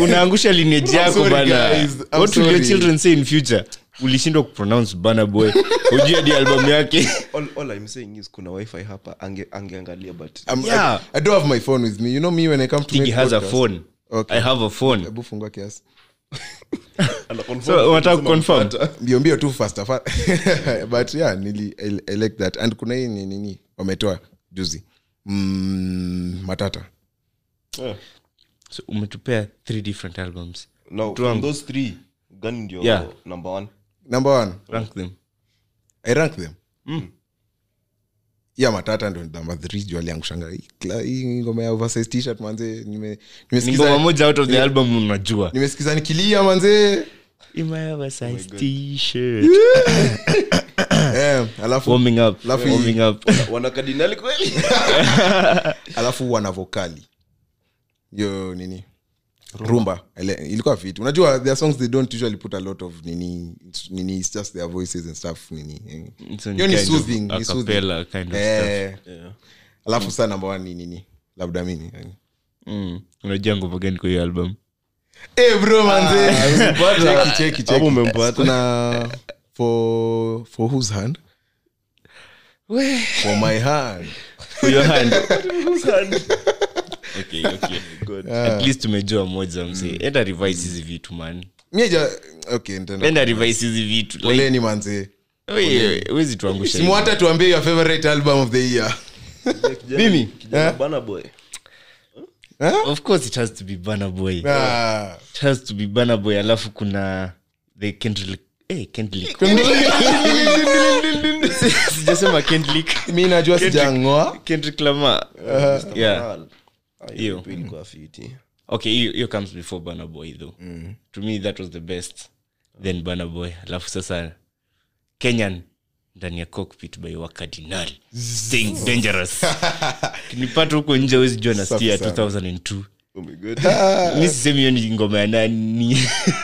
Speaker 3: unaangusha lineage yako
Speaker 1: sorry,
Speaker 3: bana
Speaker 1: guys. I'm
Speaker 3: what will your
Speaker 1: sorry.
Speaker 3: children say in future ulishindwa kupronounce bana boy ujui hadi album
Speaker 1: [LAUGHS]
Speaker 3: yake
Speaker 2: All, all I'm saying is kuna wifi hapa ange angeangalia but
Speaker 1: I'm-
Speaker 3: Yeah.
Speaker 1: I, I don't have my phone with me you know me when I come to
Speaker 3: Tigi
Speaker 1: make
Speaker 3: has a
Speaker 1: podcast,
Speaker 3: phone
Speaker 1: Okay.
Speaker 3: i have a phone
Speaker 1: hebu fungua kiasi
Speaker 2: ana confirm
Speaker 3: so unataka confirm
Speaker 1: mbio mbio tu faster fa [LAUGHS] but yeah nili I, I like that and kuna hii ni- nini wametoa juzi mm, matata
Speaker 3: so umetupea three different albums
Speaker 2: no from those three gani ndio
Speaker 3: Yeah.
Speaker 2: number 1
Speaker 1: number one
Speaker 3: rank them
Speaker 1: i rank them
Speaker 3: Mm.
Speaker 1: ya matata ndo namba th juu aliangushanga Hii kla- hii ngoma ya oversize t-shirt manze nime-
Speaker 3: ni ngoma
Speaker 1: nimesikiza
Speaker 3: moja out of the album unajua
Speaker 1: nimesikiza nikilia manze
Speaker 3: In my
Speaker 1: Oh
Speaker 3: oversized t-shirt.
Speaker 1: eh, alafu
Speaker 3: warming up
Speaker 1: Laugh-
Speaker 3: warming up
Speaker 2: [LAUGHS] wana kardinali [LAUGHS] kweli
Speaker 1: alafu wana vokali yo nini rumba Ele- ilikuwa fit unajua their songs they don't usually put a lot of nini it's- nini it's just their voices and stuff nini eh.
Speaker 3: It's a
Speaker 1: Hiyo ni
Speaker 3: kind of
Speaker 1: soothing, ni
Speaker 3: a
Speaker 1: soothing.
Speaker 3: cappella kind of stuff.
Speaker 1: eh, alafu saa namba one ni nini labda mini yani.
Speaker 3: Mm. unajua ngoma gani kwa hiyo album
Speaker 1: Eh, bro, manze. [LAUGHS] Cheki, cheki, cheki. Kuna for for whose hand for my hand
Speaker 3: for your hand okay, okay. at least tumejua moja msee enda revise hizi vitu man
Speaker 1: mieja okay, nitaenda.
Speaker 3: enda revise hizi vitu like,
Speaker 1: poleni manzee
Speaker 3: we- wezi tuangusha hivi.
Speaker 1: simuhata tuambie your favorite album of the year Mimi?
Speaker 2: kijana
Speaker 1: Eh?
Speaker 2: bana boy
Speaker 3: of course it has to be Burna boy
Speaker 1: Ah.
Speaker 3: it has to be Burna boy alafu kuna the Kendrick eh Kendrick [LAUGHS] sijasema Kendrick
Speaker 1: mi najua sijangoa
Speaker 3: Kendrick Lamar yeah
Speaker 2: Ah,
Speaker 3: Hiyo.
Speaker 2: hiyo ilikuwa fiti
Speaker 3: okay hiyo- hiyo comes before Burna boy though to me that was the best then Burna boy alafu sasa kenyan ndani ya cockpit by wakadinal Sing dangerous nipata huko nje wezi jua nastia
Speaker 1: Safi
Speaker 3: 2002
Speaker 2: oh my god
Speaker 1: Ah.
Speaker 3: mi sisemi hiyo ni ngoma ya nani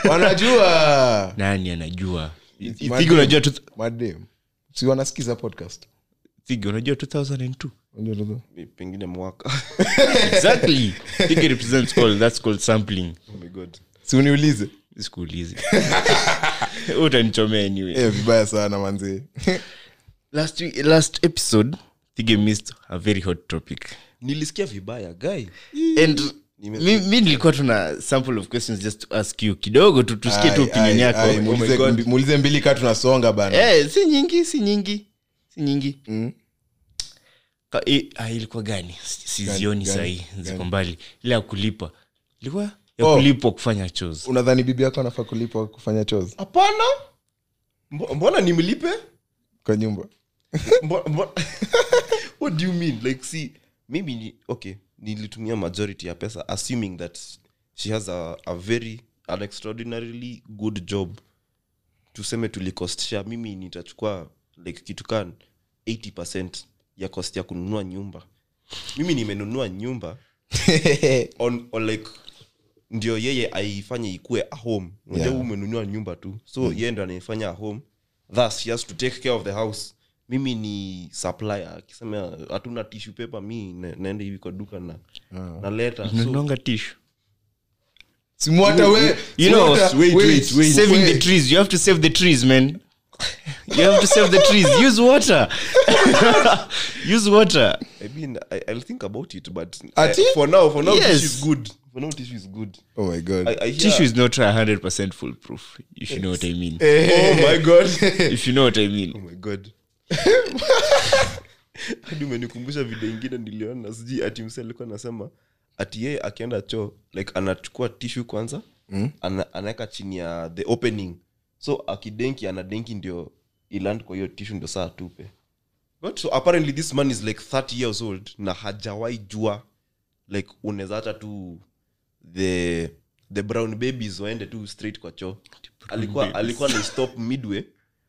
Speaker 1: wanajua
Speaker 3: nani anajua I- I-
Speaker 1: Madem.
Speaker 3: Thigi unajua tu-
Speaker 1: madem si wanasikiza podcast
Speaker 3: Thigi unajua 2002
Speaker 2: Mi pengine mwaka [LAUGHS]
Speaker 3: exactly Thigi represents all that's called sampling
Speaker 2: oh my god
Speaker 1: si uniulize
Speaker 3: sikuulizi utanichomea anyway
Speaker 1: Eh, vibaya sana manzee
Speaker 3: last week, last episode thige missed a very hot topic
Speaker 2: nilisikia vibaya guy
Speaker 3: and mi mi nilikuwa tuna sample of questions just to ask you kidogo tu tusikie tu opinion yako Oh
Speaker 1: muulize- muulize mbili kaa tunasonga bana
Speaker 3: eh, si nyingi si nyingi si nyingi
Speaker 1: Hmm?
Speaker 3: Ka, eh, ah, ilikuwa gani Si- sizioni
Speaker 1: Gani,
Speaker 3: sahii
Speaker 1: gani,
Speaker 3: ziko mbali ile ya kulipa ilikuwa ya
Speaker 1: Oh.
Speaker 3: kulipwa kufanya chos
Speaker 1: unadhani bibi yako anafaa kulipwa kufanya chozi
Speaker 2: hapana Mbo- mbona nimlipe
Speaker 1: kwa nyumba [LAUGHS]
Speaker 2: Mbo- mbo- [LAUGHS] what do you mean like see mimi ni okay nilitumia majority ya pesa assuming that she has a, a very an extraordinarily good job tuseme tulikostisha mimi nitachukua like kitu kan 80 ya cost ya kununua nyumba mimi nimenunua nyumba on, on like ndio yeye aifanye ikue a home unajua
Speaker 1: Yeah.
Speaker 2: yeah. umenunua nyumba tu so mm. yeye ndo anaifanya a home thus she has to take care of the house mimi ni supplier akisema hatuna tissue paper mi na, naenda hivi kwa duka na
Speaker 3: [LAUGHS]
Speaker 2: naleta so,
Speaker 3: nanonga tishu
Speaker 1: simuata we
Speaker 3: you know
Speaker 1: Simuata-
Speaker 3: wait,
Speaker 1: wait,
Speaker 3: wait, wait, saving
Speaker 1: wait.
Speaker 3: the trees you have to save the trees man you have to save the trees use water [LAUGHS] use water
Speaker 2: I mean, I, I'll think about it but
Speaker 1: Ati?
Speaker 2: eh, for now for now
Speaker 3: Yes.
Speaker 2: tissue is good for now tissue is good
Speaker 1: oh my god
Speaker 2: I, I hear,
Speaker 3: tissue is not 100% foolproof if you know what i mean
Speaker 1: Eh.
Speaker 2: oh my god
Speaker 3: if you know what i
Speaker 2: oh
Speaker 3: mean
Speaker 2: my god [LAUGHS] hadi umenikumbusha video ingine niliona sijui ati mse alikuwa anasema ati yeye akienda choo like anachukua tishu kwanza mm. ana, anaweka chini ya the opening so akidenki anadenki ndio iland kwa hiyo tishu ndio saa atupe But, so apparently this man is like 30 years old na hajawai jua like unaweza hata tu the the brown babies waende tu straight kwa choo alikuwa alikuwa na [LAUGHS] stop midway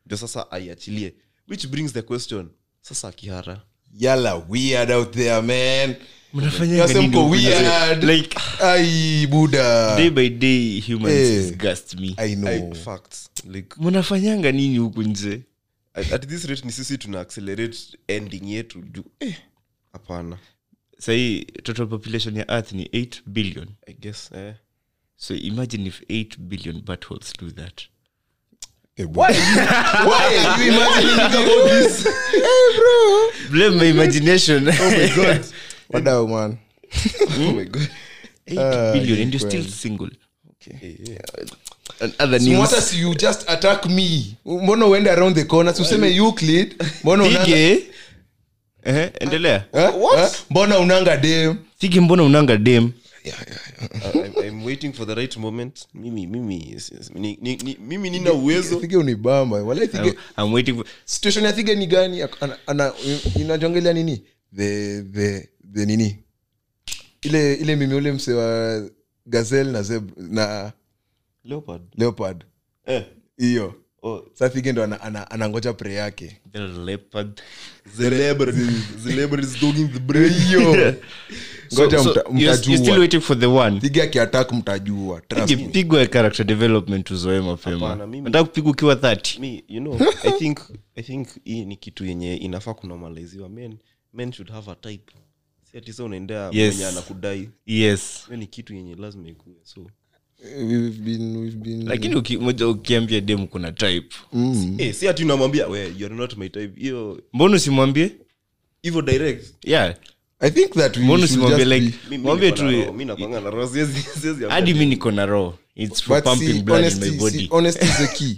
Speaker 2: ndio sasa aiachilie which brings the question sasa kihara
Speaker 1: yala weird out there man
Speaker 3: mnafanya
Speaker 1: Yase mko weird
Speaker 3: like
Speaker 1: ai buda
Speaker 3: day by day humans
Speaker 1: Ah. Eh.
Speaker 3: disgust me
Speaker 1: i know
Speaker 2: I, facts like
Speaker 3: mnafanyanga nini huku nje
Speaker 2: at at this rate ni sisi tuna accelerate ending yetu juu eh hapana
Speaker 3: sahii total population ya earth ni 8 billion
Speaker 2: i guess eh
Speaker 3: so imagine if 8 billion buttholes do that
Speaker 1: Eh, buda. Why are you imagining about this?
Speaker 3: blame my imagination
Speaker 1: Oh Wadau, man.
Speaker 2: oh my god
Speaker 3: Eight
Speaker 1: Ah,
Speaker 3: billion
Speaker 1: ni
Speaker 3: and you're still
Speaker 1: kweli.
Speaker 3: single
Speaker 2: Eh, eh.
Speaker 3: and other news
Speaker 1: Simuata, si you just attack me mbona uende around the corner si useme euclid mbona unanga-
Speaker 3: tige eh endelea
Speaker 1: Eh? Eh? mbona unanga dem
Speaker 3: tige mbona unanga dem
Speaker 2: I- I'm- i'm waiting for the right moment mimi mimi ni, ni, ni, mimi nina uwezo
Speaker 1: Thige unibamba Walai Thige-
Speaker 3: I'm, I'm waiting for
Speaker 1: situation ya thige ni gani Ak- ana- ana- inajongelea nini the, the, the nini ile ile mimi ule mse wa gazel na, zeb, na
Speaker 2: leopard
Speaker 1: leopard
Speaker 2: eh
Speaker 1: hiyo
Speaker 2: oh
Speaker 1: sa thige ndo ana- ana- anangoja pre yake
Speaker 3: the leopard
Speaker 2: the leopard [LAUGHS] the leopard is dogging the brain
Speaker 1: [LAUGHS] hiyo
Speaker 3: so,
Speaker 1: ngoja
Speaker 3: so
Speaker 1: mta-
Speaker 3: you're, you're still
Speaker 1: mtajua
Speaker 3: waiting for the one
Speaker 1: thige akiatak mtajua Trust me.
Speaker 3: pigwa ya character development uzoe
Speaker 2: Hapana,
Speaker 3: mapema
Speaker 2: mimi-
Speaker 3: nataka kupigwa ukiwa 30
Speaker 2: me you know
Speaker 3: [LAUGHS]
Speaker 2: i think i think hii ni kitu yenye inafaa kunormaliziwa men men should have a type si ati sa unaendea
Speaker 3: Yes.
Speaker 2: mwenye anakudai
Speaker 3: yes
Speaker 2: hiyo ni kitu yenye lazima ikue so
Speaker 1: We've been- we've been-
Speaker 3: lakini uki- moja ukiambia dem kuna type
Speaker 1: Mm.
Speaker 2: eh, si ati unamwambia we you are not my type hiyo
Speaker 3: mbona usimwambie
Speaker 2: hivyo direct
Speaker 3: yeah
Speaker 1: i think that we
Speaker 3: Mbona
Speaker 1: should
Speaker 3: usimwambie
Speaker 1: just
Speaker 3: like-
Speaker 1: be-
Speaker 2: Mi- mi
Speaker 3: mwambie
Speaker 2: niko na
Speaker 3: tu-
Speaker 2: roho, mi nakuanga na roho, siwezi- siwezi
Speaker 3: hadi mi niko na roho its for
Speaker 1: but
Speaker 3: pumping
Speaker 1: see,
Speaker 3: blood
Speaker 1: honesty-
Speaker 3: in my body
Speaker 1: see, honesty is the
Speaker 3: [LAUGHS]
Speaker 1: key.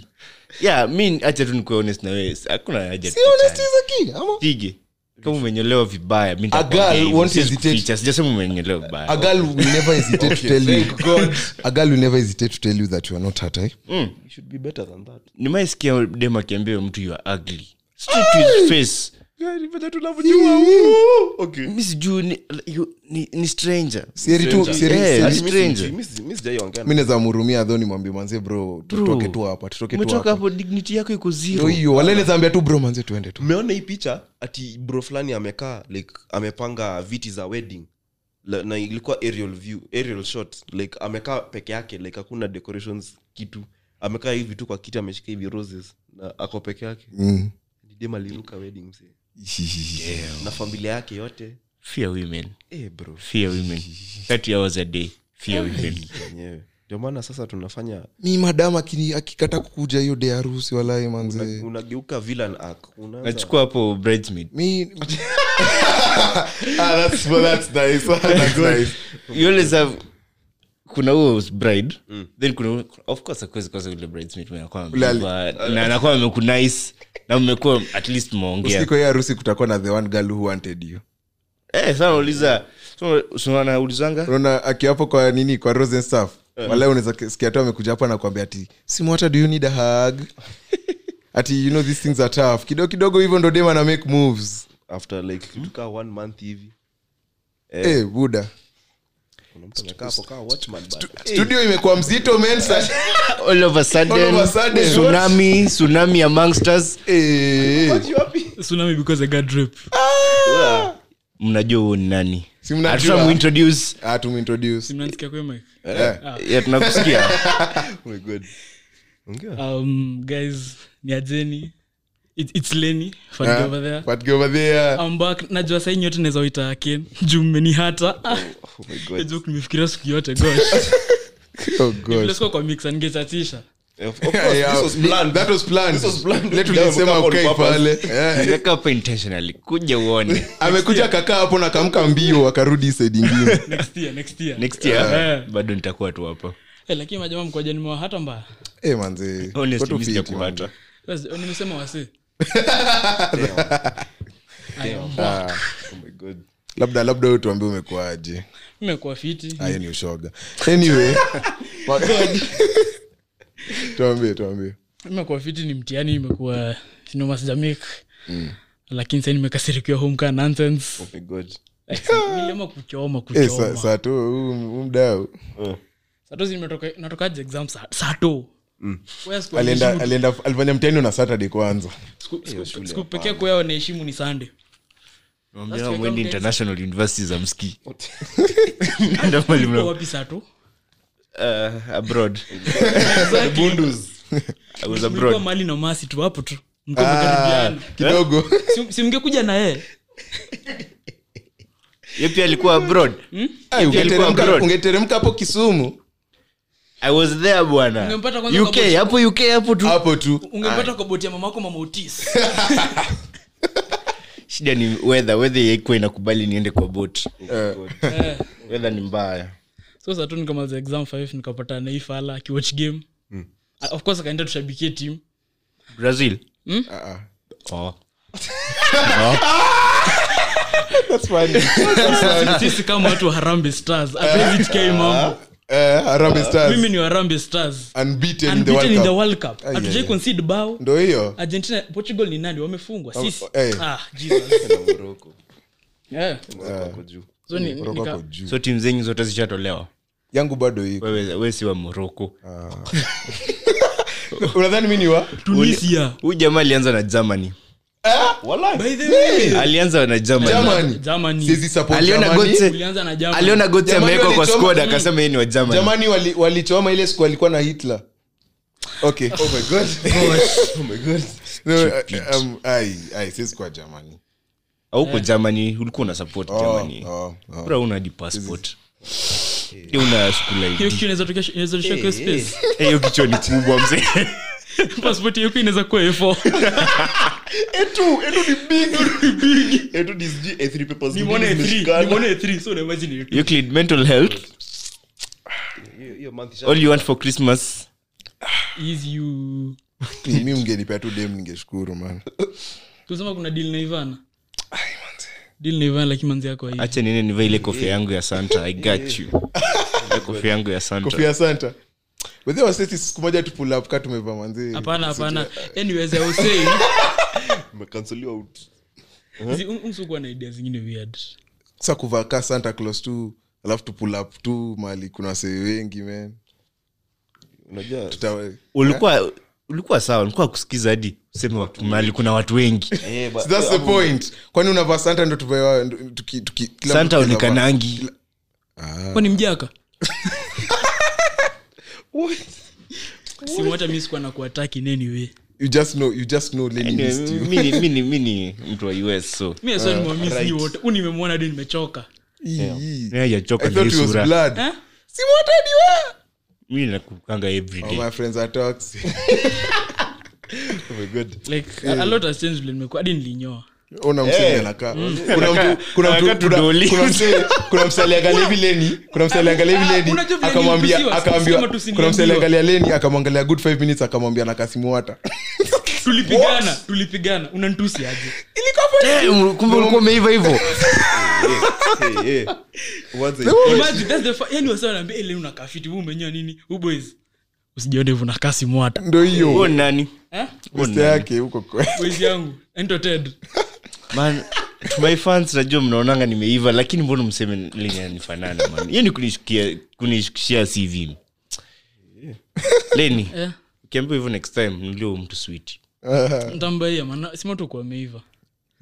Speaker 3: yeah mi acha tu nikuwe honest na wewe hakuna haja
Speaker 1: See, honesty is the key, ama-
Speaker 3: pige kama umenyolewa vibaya mi
Speaker 1: A
Speaker 3: nitakwambia
Speaker 1: girl
Speaker 3: hivyo,
Speaker 1: won't
Speaker 3: siwezi
Speaker 1: hesitate.
Speaker 3: kuficha, sijasema umenyolewa
Speaker 1: A
Speaker 3: vibaya
Speaker 1: girl will never hesitate to tell you. [LAUGHS] A girl will never hesitate to tell you that you are not hurt, eh?
Speaker 2: You should be better than that.
Speaker 3: nimaisikia dem akiambia mtu you are ugly straight to his face mi sijuu ni, you- ni, ni stranger
Speaker 1: Sieri tu- sieri-
Speaker 3: Yeah,
Speaker 1: sieri-
Speaker 3: ni
Speaker 2: Mi-
Speaker 3: stranger.
Speaker 2: mi- mi- mi sijaiongea na-
Speaker 1: mi naweza mhurumia dho nimwambie manzie bro tutoke tu hapa tutoke tu
Speaker 3: umetoka
Speaker 1: hapa
Speaker 3: hapo dignity yako iko
Speaker 1: Ndio
Speaker 3: zero
Speaker 1: hiyo walele zaambia tu bro manzie tuende tu
Speaker 2: mmeona hii picha ati bro fulani amekaa like amepanga viti za wedding La- na ilikuwa aerial view aerial shot like amekaa peke yake like hakuna decorations kitu amekaa hivi tu kwa kiti ameshika hivi roses na ako peke yake
Speaker 1: Mm.
Speaker 2: dem aliruka wedding msee na familia yake yote
Speaker 3: fear women
Speaker 2: eh bro
Speaker 3: fear women 30 hours a day fear women
Speaker 2: yenyewe ndio maana sasa tunafanya
Speaker 1: mi madam akini- akikataa kukuja hiyo de harusi walai
Speaker 2: Eh.
Speaker 1: manzee
Speaker 2: unageuka villain arc unaanza
Speaker 3: nachukua hapo bridesmaid
Speaker 1: mi ah, that's, well, that's nice. [LAUGHS] that's nice.
Speaker 3: you always have kuna huo bride then kuna of course akuwezi kosa ule bridesmaid mwenye anakuwa
Speaker 1: Ule ali-
Speaker 3: amekupa- na anakuwa amekunice na mmekuwa at least mmeongea
Speaker 1: Usiku ya harusi kutakuwa na the one girl who wanted you
Speaker 3: eh sasa nauliza naulizanga
Speaker 1: unaona akiwapo kwa nini kwa rose and staff wala unaweza sikia tu amekuja hapa nakwambia ati simwata do you need a
Speaker 2: [LAUGHS]
Speaker 1: hug ati you know these things are tough kidogo kidogo hivyo ndo dema na make moves
Speaker 2: after like kitu kaa one month hivi
Speaker 1: eh hey, buda
Speaker 2: kuna mtu amekaa hapo kaa watchman bado
Speaker 1: studio imekuwa mzito men sasa
Speaker 2: [LAUGHS]
Speaker 3: all of a
Speaker 1: All
Speaker 3: sudden
Speaker 1: of a sudden.
Speaker 3: tsunami tsunami amongst us
Speaker 1: eh
Speaker 5: tsunami because i got drip
Speaker 3: mnajua huo ni nani
Speaker 1: Si mnajua.
Speaker 3: hatutamuintroduce
Speaker 1: ah tumintroduce
Speaker 5: simnansikia kwa mic
Speaker 3: ya tunakusikia
Speaker 2: Oh my God. Ongea.
Speaker 5: um guys ni ajeni It, it's leni for
Speaker 1: Ah,
Speaker 5: over there Oh.
Speaker 1: but go over there
Speaker 5: I'm back najua saini yote naweza waita ken juu mmeni hata
Speaker 2: Oh
Speaker 5: [LAUGHS]
Speaker 2: my God.
Speaker 5: nimefikiria siku yote gosh
Speaker 1: oh god
Speaker 5: Nilikuwa kwa mix angechatisha
Speaker 2: Eh, Of- of course,
Speaker 1: Yeah,
Speaker 2: this was planned.
Speaker 1: that was planned.
Speaker 2: This was
Speaker 1: [LAUGHS]
Speaker 2: planned.
Speaker 1: Let
Speaker 2: Yeah,
Speaker 1: ulisema
Speaker 2: wamekuwa
Speaker 1: ukae
Speaker 2: on purpose.
Speaker 1: pale
Speaker 2: [LAUGHS]
Speaker 1: Yeah.
Speaker 3: weka hapa intentionally kuja uone
Speaker 1: amekuja kakaa hapo na kamka mbio akarudi side ingine
Speaker 5: next year next year
Speaker 3: next year
Speaker 5: Eh.
Speaker 3: bado nitakuwa tu hapa
Speaker 5: Eh, lakini majamaa mkoja nimewa hata mbaya
Speaker 1: Eh, manze
Speaker 3: honestly
Speaker 1: watu
Speaker 3: mimi
Speaker 1: fit, man.
Speaker 3: sijakupata
Speaker 5: Basi, eh, nimesema wasi
Speaker 2: Oh my God.
Speaker 1: labda labda wewe tuambie umekuaje
Speaker 5: imekuwa fiti
Speaker 1: hiyo ni ushoga
Speaker 5: [LAUGHS]
Speaker 1: anyway wa- [LAUGHS] tuambie tuambie
Speaker 5: imekuwa fiti ni mtiani imekuwa sinomasjamik lakini sai nimekasirikiwa home kaa nonsense
Speaker 2: Oh my God.
Speaker 5: niliama kuchoma
Speaker 1: Eh, sa-
Speaker 5: kuchoma
Speaker 1: saa tu huu- huu mdau
Speaker 5: sato zinatoka natokaje exam sa- saa to Kwa siku
Speaker 1: Mm. alienda
Speaker 5: wanaheshimu-
Speaker 1: alienda alifanya mtihani na saturday kwanza
Speaker 5: siku- siku- siku pekee kwao naheshimu ni sande
Speaker 3: Mwambia
Speaker 5: That's why
Speaker 3: mwende
Speaker 5: come
Speaker 3: international university za mski [LAUGHS] Mnaenda mahali mna-
Speaker 5: wapi saa to
Speaker 3: uh, abroad
Speaker 5: Eh?
Speaker 3: I was
Speaker 5: mlikuwa
Speaker 3: abroad
Speaker 5: mali na masi tu hapo tu Mko
Speaker 1: Ah.
Speaker 5: mkaribiana.
Speaker 1: kidogo
Speaker 5: Si- si mngekuja na yeye
Speaker 3: Ye Eh? pia alikuwa abroad
Speaker 1: Ai,
Speaker 3: Pia alikuwa
Speaker 1: ungeteremka-
Speaker 3: abroad.
Speaker 1: ungeteremka hapo kisumu
Speaker 3: i was there bwana
Speaker 5: Ungempata kwanza
Speaker 3: uk
Speaker 5: kwa boss.
Speaker 3: hapo uk hapo tu
Speaker 1: hapo tu
Speaker 5: ungepata kwa boti ya mamako mama Otis.
Speaker 1: [LAUGHS]
Speaker 3: shida ni weather weather yaikuwa inakubali niende kwa boat
Speaker 1: Eh,
Speaker 3: [LAUGHS]
Speaker 5: Eh.
Speaker 3: weather ni mbaya
Speaker 5: so satu nikamaliza exam 5 nikapata na hii fala akiwatch game
Speaker 1: Mm.
Speaker 5: Ah, of course akaenda tushabikie
Speaker 1: [LAUGHS]
Speaker 5: team
Speaker 3: brazil
Speaker 1: ah, ah.
Speaker 3: Hmm? oh.
Speaker 1: That's funny.
Speaker 5: sisi kama watu wa harambe stars atuwezitikei mambo
Speaker 1: Eh, Harambee Stars,
Speaker 5: Uh, mimi ni wa harambe stars
Speaker 1: unbeaten in the
Speaker 5: unbeaten in the
Speaker 1: World Cup. Ah,
Speaker 5: world cup hatujai concede bao
Speaker 1: ndo hiyo
Speaker 5: argentina portugal ni nani wamefungwa sisi
Speaker 1: oh, eh.
Speaker 5: ah, Jesus.
Speaker 2: Na Morocco.
Speaker 5: Yeah.
Speaker 2: Morocco wako juu.
Speaker 5: So ni-
Speaker 1: Kutoka
Speaker 5: nika-
Speaker 1: kwa juu.
Speaker 3: so timu zenyu zote zishatolewa
Speaker 1: yangu bado
Speaker 5: [LAUGHS]
Speaker 1: iko
Speaker 3: wewe wewe si wa moroko
Speaker 1: unadhani mi ni wa
Speaker 5: tunisia
Speaker 3: huyu jamaa alianza na germany
Speaker 5: by the way
Speaker 3: alianza na germany
Speaker 1: Germany.
Speaker 5: Germany.
Speaker 1: Siezi support
Speaker 3: Aliona
Speaker 1: Germany.
Speaker 3: gote-
Speaker 5: ulianza na Germany.
Speaker 3: aliona goti
Speaker 1: Jamani,
Speaker 3: amewekwa kwa
Speaker 1: walichoma-
Speaker 3: squad
Speaker 1: Mm.
Speaker 3: akasema yeye ni wa germany
Speaker 1: jamani wali- walichoma ile siku alikuwa na hitler okay [LAUGHS] Oh No, uh, um, ai, ai, siezi kuwa Germany.
Speaker 3: auko germany ulikuwa una support
Speaker 1: Eh. Oh,
Speaker 3: germany
Speaker 1: oh, Eh. oh.
Speaker 3: bra una di passport Pia una school ID.
Speaker 5: hiyo kitu inaweza tokea- inaweza tokea kwa space [LAUGHS]
Speaker 1: [LAUGHS]
Speaker 3: Eh, hiyo kichwa ni kubwa mzee
Speaker 5: pasipoti yako inaweza kuwa A4.
Speaker 2: Etu ni sijui A3 eh, papers
Speaker 5: Nimeona
Speaker 2: mbili
Speaker 5: A3,
Speaker 2: zimeshikana.
Speaker 5: nimeona A3, so unaimagine A2.
Speaker 3: euclid mental health
Speaker 2: Hiyo- hiyo month isha-
Speaker 3: all you want for christmas
Speaker 5: Is you-
Speaker 1: mi mgenipea tu dem ningeshukuru [LAUGHS] man
Speaker 5: tusema kuna deal na ivana deal na ivana lakini manzi yako haivi.
Speaker 3: acha niene niva ile kofia yangu ya santa i got you Ile kofia yangu ya santa
Speaker 1: kofia santa wedhi wasesi siku moja tupulap ka tumevaa manzi
Speaker 5: hapana hapana anyways i was saying
Speaker 2: Imekanseliwa out.
Speaker 5: zi- um- umsukuwa na idea zingine weird
Speaker 1: sa kuvaa ka santa clos tu alafu tupulap tu mali kuna wasee wengi man
Speaker 2: Unajua-
Speaker 1: Tuta-
Speaker 3: ulikuwa ulikuwa sawa ulikuwa kusikiza hadi useme watu- mahali kuna watu wengi
Speaker 2: Eh, but-
Speaker 1: that's the point kwani unavaa santa ndo tuvae tuki, tuki, kila mtu
Speaker 3: santa
Speaker 1: tunavaa.
Speaker 3: unikanangi
Speaker 5: kwani mjaka simu hata mi sikuwa na kuataki in any way
Speaker 1: you just know you just know Lenny missed you
Speaker 3: Eh, Mimi ni- mimi ni- mimi ni mtu wa us so
Speaker 5: mi
Speaker 1: Ah,
Speaker 5: aswa nimwamisi right. wote u nimemwona hadi nimechoka
Speaker 1: Ee.
Speaker 3: Mimi hajachoka
Speaker 1: i
Speaker 3: na hii
Speaker 1: thought it was
Speaker 3: sura.
Speaker 1: blood
Speaker 5: Eh?
Speaker 3: Mimi nakukanga
Speaker 1: All
Speaker 3: everyday
Speaker 1: Oh, my friends are toxic [LAUGHS] Oh
Speaker 5: like
Speaker 1: Eh.
Speaker 5: a- a lot has changed vile nimekuwa hadi nilinyoa
Speaker 1: ona msee anakaa
Speaker 5: Mm.
Speaker 1: kuna mtu kuna mtu kuna-
Speaker 3: Anakaa tudoli.
Speaker 1: kuna msee kuna msee aliangalia hivi leni kuna msee aliangalia hivi
Speaker 5: Ah,
Speaker 1: leni
Speaker 5: unajua vile
Speaker 1: akamwambia
Speaker 5: nilitusiwa,
Speaker 1: akamwambia
Speaker 5: sema tu
Speaker 1: kuna msee
Speaker 5: siniliambiwa.
Speaker 1: aliangalia leni akamwangalia good 5 minutes akamwambia nakasimu
Speaker 5: [LAUGHS]
Speaker 1: hata
Speaker 5: tulipigana tulipigana unanitusi aje
Speaker 3: kumbe ulikuwa umeiva hivyo
Speaker 2: Eh, eh. Once I-
Speaker 5: Imagine, that's the fa- yani wasee wanaambia, "Eh, leo unakaa fiti, wewe umenyoa nini Wewe boys usijione hivyo unakaa simu hata
Speaker 1: ndo
Speaker 3: Huo
Speaker 1: hiyo
Speaker 3: ni nani
Speaker 5: Eh?
Speaker 1: msee yake huko kwa
Speaker 5: boys yangu entertained
Speaker 3: man to my fans najua mnaonanga nimeiva lakini mbona mseme linanifanana man hiyo ni kunishikia- kunishikishia cv leni
Speaker 5: Eh.
Speaker 3: ukiambiwa hivyo next time nilio mtu sweet
Speaker 5: ntambaia maana sima tu kuwa ameiva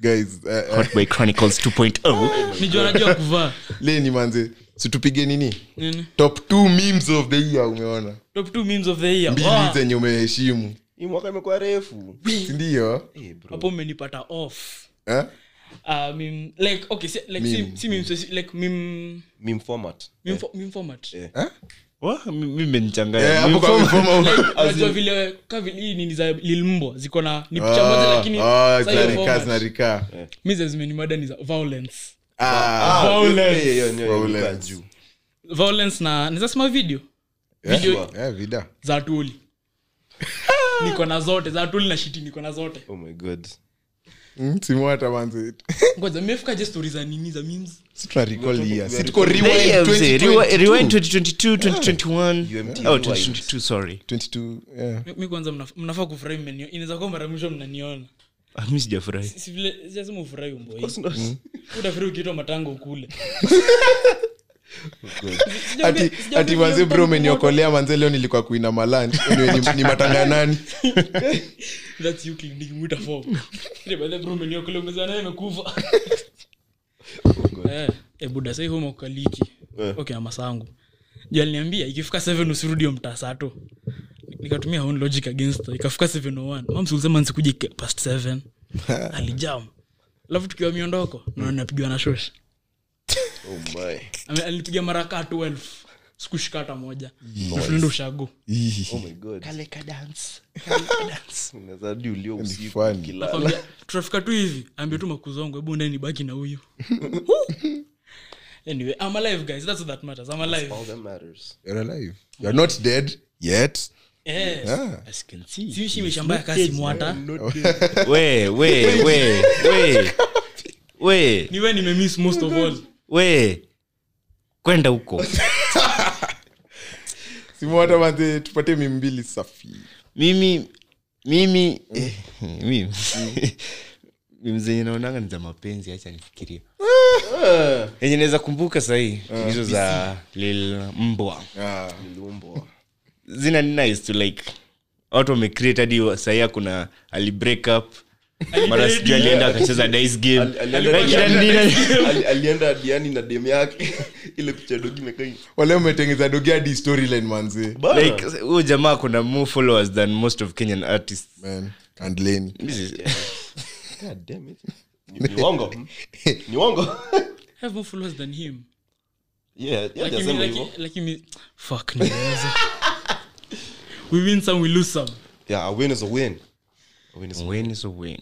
Speaker 1: [LAUGHS] guys eh, eh,
Speaker 3: Hot Boy Chronicles oh. 2.0
Speaker 5: nijua najua kuvaa
Speaker 1: leni manze situpige nini
Speaker 5: nini
Speaker 1: top 2 memes of the year umeona
Speaker 5: top two memes of the year
Speaker 1: mbili
Speaker 5: Wow.
Speaker 1: zenye umeheshimu
Speaker 2: hii mwaka imekuwa refu
Speaker 1: sindio
Speaker 5: hapo umenipata off
Speaker 1: eh?
Speaker 5: Ah, mim- like okay si- like si- si mim speci- like mim
Speaker 2: Meme format.
Speaker 5: mim fo- mim format
Speaker 3: Wah, mi- mi
Speaker 1: Eh,
Speaker 3: mmenichanganya.
Speaker 1: hapo kwa
Speaker 3: Mimi-
Speaker 1: mfumo huo.
Speaker 5: unajua vile ka vile hii nini za lilmbwa ziko na ni picha moja
Speaker 1: Ah,
Speaker 5: lakini
Speaker 1: ah,
Speaker 5: sasa hiyo
Speaker 1: zinarika,
Speaker 5: format.
Speaker 1: zinarika.
Speaker 2: Ah,
Speaker 5: Mimi zenye zimenimada ni za violence
Speaker 1: Ah,
Speaker 5: Violence.
Speaker 2: Eh, hiyo ndio
Speaker 1: Violence.
Speaker 2: ilikuwa juu.
Speaker 5: violence na nizasema video
Speaker 1: eh,
Speaker 5: video-
Speaker 1: eh, vida. [LAUGHS]
Speaker 5: za tuli niko na zote za tuli na shiti niko na zote
Speaker 2: Oh my God.
Speaker 1: Mm, simu hata manze.
Speaker 5: ngoja mmefika je story za nini za memes
Speaker 1: Si tuna recall year. Si tuko
Speaker 3: Hey,
Speaker 1: rewind 2022.
Speaker 3: mzee, rewi- rewind 2022, 2021.
Speaker 2: UMT
Speaker 3: Oh,
Speaker 2: rewind.
Speaker 3: 2022, sorry.
Speaker 1: 22, yeah.
Speaker 5: mi mi kwanza mnaf- mnafaa kufurahi mmenio inaweza kuwa mara ya mwisho mnaniona
Speaker 3: Ah, mi sijafurahi.
Speaker 5: Si- si vile sijasema ufurahi umboi
Speaker 2: Hmm? [LAUGHS]
Speaker 5: utafurahi ukiitwa matango
Speaker 1: [LAUGHS]
Speaker 5: ukule Sijaambia-
Speaker 1: Ati-
Speaker 5: sijaambia
Speaker 1: ati manze
Speaker 5: vile
Speaker 1: bro
Speaker 5: mpango
Speaker 1: umeniokolea manze leo nilikuwa kuina malanch anyway, ni, ni matanga nani
Speaker 5: wote. That's you clean, nikimwita form. Ile baadaye bro umenioa kule, umezaa naye amekufa.
Speaker 1: Oh
Speaker 5: Eh, eh, buda sahi home ukaliki
Speaker 1: Eh.
Speaker 5: okay na masangu ju aliniambia ikifika 7 usirudi yo mtaa saa tu nikatumia own logic against her. ikafika 701 mam sikusema nsikuje ke-
Speaker 1: [LAUGHS]
Speaker 5: past 7 alijam alafu tukiwa miondoko naona napigwa na shosh
Speaker 2: Oh
Speaker 5: Ame- alinipiga mara kaa 12 sikushika hata moja tunaenda ushago
Speaker 2: Oh my [LAUGHS] God. Unaweza hadi ulio usiku
Speaker 1: funny.
Speaker 2: ukilala.
Speaker 5: Kwambia, tutafika tu hivi ambia tu makuzongo hebu ndeni baki na
Speaker 2: [LAUGHS]
Speaker 5: huyu anyway i'm alive guys that's what that matters i'm alive
Speaker 2: All that matters.
Speaker 1: You're alive. You're not dead yet
Speaker 5: eh
Speaker 1: Ah.
Speaker 3: As you can see.
Speaker 5: siishi imeshambaya kasi mwata
Speaker 3: We, we, we, we. We,
Speaker 5: niwe nimemiss most of all
Speaker 3: we. kwenda huko
Speaker 1: simu hata manze tupate mimbili safi
Speaker 3: mimi mimi eh, mimi mimi zenye naonanga ni za mapenzi hacha nifikiria enye naweza kumbuka sahii hizo za lil mbwa
Speaker 1: Ah,
Speaker 3: zina ni nice to like watu wamecreate hadi sahii akuna ali break up mara sijui alienda akacheza dice game Like, ina- ina-
Speaker 2: Ali- alienda diani na dem yake [LAUGHS] ile picha ya dogi imekaa hivi.
Speaker 1: wale umetengeza dogi hadi storyline manze
Speaker 2: Bana.
Speaker 3: like huyo jamaa kuna more followers than most of kenyan artists
Speaker 1: man and leni
Speaker 3: This is-
Speaker 2: God damn it. Ni- [LAUGHS] ni wongo. Ni [LAUGHS] wongo.
Speaker 5: have more followers than him
Speaker 2: Yeah, yeah,
Speaker 5: Lakini-
Speaker 2: jasema
Speaker 5: laki-
Speaker 2: hivyo. [LAUGHS]
Speaker 5: lakini- fuck, nimewaza. we win some we lose some
Speaker 2: yeah, a win is a win. A win is a win.
Speaker 3: Win is a win.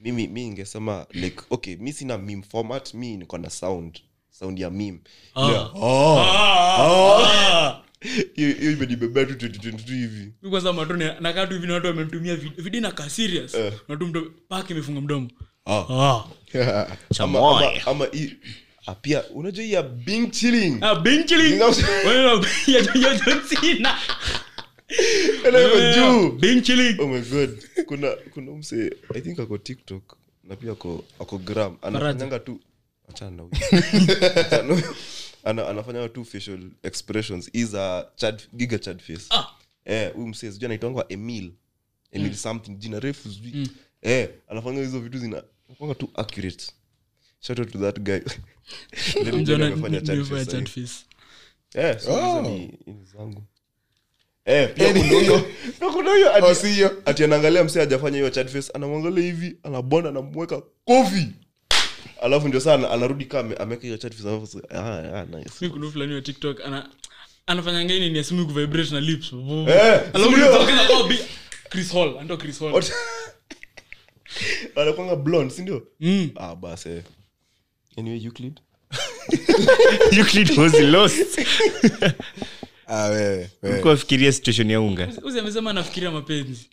Speaker 2: mimi mi ingesema like okay mi sina meme format mi niko na sound sound ya meme
Speaker 5: Ah.
Speaker 2: Yeah. Oh. Hiyo- hiyo imenibebea tu 2022 hivi
Speaker 5: Mi kwanza matone nakaa tu hivi na watu wamemtumia vid- video inakaa serious na tu mtu pak imefunga mdomo Ah.
Speaker 2: ama, ama, ama hii- ah, pia unajua hii ya being chilling
Speaker 5: Ah, Benchling.
Speaker 2: Ingawa-
Speaker 5: Wewe, [LAUGHS] ya ya John Cena.
Speaker 2: Tena iko
Speaker 5: Wewe,
Speaker 2: juu
Speaker 5: Benchling.
Speaker 2: oh my god kuna kuna mse i think ako tiktok na pia ako ako gram anafanyanga tu achana na huyo. Achana na huyo. Ana- anafanyanga tu facial expressions is a chad giga chad face
Speaker 5: Ah.
Speaker 2: eh huyu mse sijui anaitwanga emil emil something jina refu sijui eh anafanya hizo vitu zina anafanya tu accurate shout out to that guy [LAUGHS] Let me
Speaker 5: Mjana-
Speaker 2: know amefanya chad
Speaker 5: nimefanya
Speaker 2: face
Speaker 5: chat
Speaker 2: sahi.
Speaker 5: face.
Speaker 2: Eh, so hizo
Speaker 1: Oh.
Speaker 2: ni- ni zangu. Eh, pia kuna huyo- [LAUGHS] pia kuna huyo ati-
Speaker 1: Oh, si hiyo.
Speaker 2: ati anaangalia msee ajafanya hiyo chat face anamwangalia hivi anabonda anamweka kofi alafu ndio sana anarudi kaa ame- ameweka hiyo chat face alafu sasa, ah, ah, nice.
Speaker 5: Mi kuna huyu fulani wa tiktok ana anafanyanga hii nini ya simu kuvibrate na lips
Speaker 2: Eh,
Speaker 5: Alafu
Speaker 2: sio?
Speaker 5: unatokeza kwa bi- Chris Hall, anaitwa Chris Hall.
Speaker 2: What? [LAUGHS] anakuanga blonde si ndio
Speaker 5: Mm.
Speaker 2: ah bas eh. anyway Euclid
Speaker 3: Euclid was
Speaker 1: [LAUGHS]
Speaker 3: lost.
Speaker 1: Eh. Ah, wewe, wewe.
Speaker 3: Ulikuwa ufikiria situation ya unga
Speaker 5: Uzi amesema anafikiria mapenzi.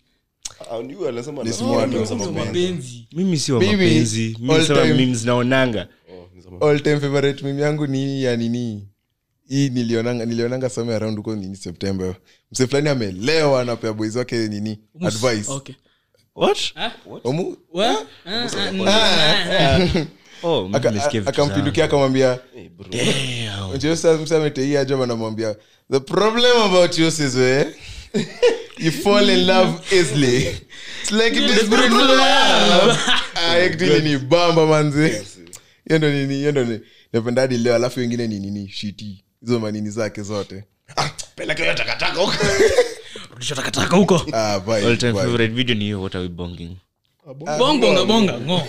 Speaker 2: Ah, ni huyo anasema
Speaker 1: Ni
Speaker 2: anasema
Speaker 1: smart,
Speaker 2: anasema
Speaker 1: anasema
Speaker 2: mambo yangu.
Speaker 5: Mapenzi.
Speaker 3: mimi si wa
Speaker 1: Mimi,
Speaker 3: mapenzi
Speaker 1: all
Speaker 3: mimi sema
Speaker 1: time.
Speaker 3: memes naonanga
Speaker 2: Oh, anasema-
Speaker 1: all time favorite meme yangu ni hii ya nini hii nilionanga nilionanga some around huko nini september mse fulani amelewa anapea boys wake nini advice
Speaker 5: Okay.
Speaker 3: What?
Speaker 5: Ah?
Speaker 1: Omu-
Speaker 5: Wa- ah, ah, ah, ah.
Speaker 3: Oh, mimi
Speaker 1: aka-
Speaker 3: nimesikia vitu
Speaker 1: akampindukia akamwambia
Speaker 2: Eh, bro.
Speaker 1: msaameteia anamwambia the problem about you is we you fall in love easily it's like it is not
Speaker 3: [LAUGHS]
Speaker 1: love Ah, actually ni bamba manzi hiyo ndo nini hiyo ndo ni- napenda hadi leo alafu wengine ni nini shiti hizo manini zake zote
Speaker 5: Rudisha takataka huko.
Speaker 1: ah, bye,
Speaker 3: sana. All time
Speaker 1: bye.
Speaker 3: favorite video ni hiyo what are we bonging
Speaker 5: Bongo nga bonga ngo.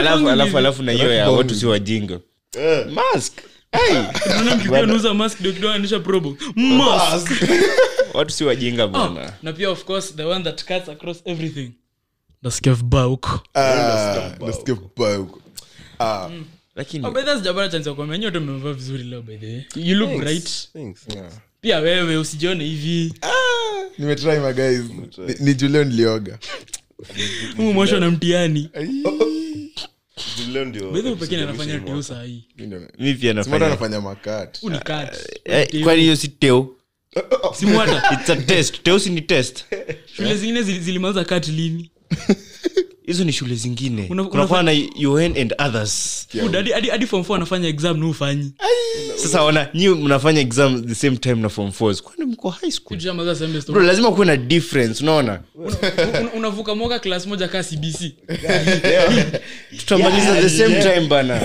Speaker 3: alafu alafu alafu na hiyo ya watu si wajinga
Speaker 2: Eh,
Speaker 3: mask hey, [LAUGHS]
Speaker 5: Unaona mkikuwa nusa mask ndio kidogo ananisha probo. Mask. Ah,
Speaker 3: watu si wajinga
Speaker 5: Oh.
Speaker 3: bwana
Speaker 5: Na pia of course the one that cuts across everything. Nasikia vibaya huko.
Speaker 1: Ah, nasikia vibaya huko.
Speaker 3: lakini
Speaker 5: Oh, by the way, sijapata chance ya kuambia nyote mmevaa vizuri leo by the way. You look bright.
Speaker 2: thanks.
Speaker 5: Pia wewe usijione hivi.
Speaker 3: Ah.
Speaker 1: nimetry my guys Ni- ni julio nilioga
Speaker 5: Huu mwasho na mtihani.
Speaker 2: Leo ndio-
Speaker 5: By the way, pekee anafanya tu saa hii.
Speaker 1: Mi ndo-
Speaker 3: mi pia
Speaker 1: Si mwata
Speaker 3: nafanya
Speaker 1: anafanya makati
Speaker 5: Huu ni cut.
Speaker 3: Eh, kwani hiyo si
Speaker 1: [LAUGHS]
Speaker 3: teo
Speaker 5: Si mwata.
Speaker 3: It's a test. teo si ni test
Speaker 5: Shule zingine zili- zilimaliza cut lini?
Speaker 3: hizo ni shule zingine
Speaker 5: Una-
Speaker 3: kunakuwa na un and others
Speaker 5: Huu dadi- hadi hadi form 4 anafanya exam na ufanyi.
Speaker 3: sasa wana nyi mnafanya exam the same time na form fours kwani mko high school
Speaker 5: Kujua mazoea semester.
Speaker 3: bro lazima kuwe na difference unaona
Speaker 5: Una- una- unavuka moka klas moja kaa cbc
Speaker 3: tutamaliza the same time [LAUGHS] bana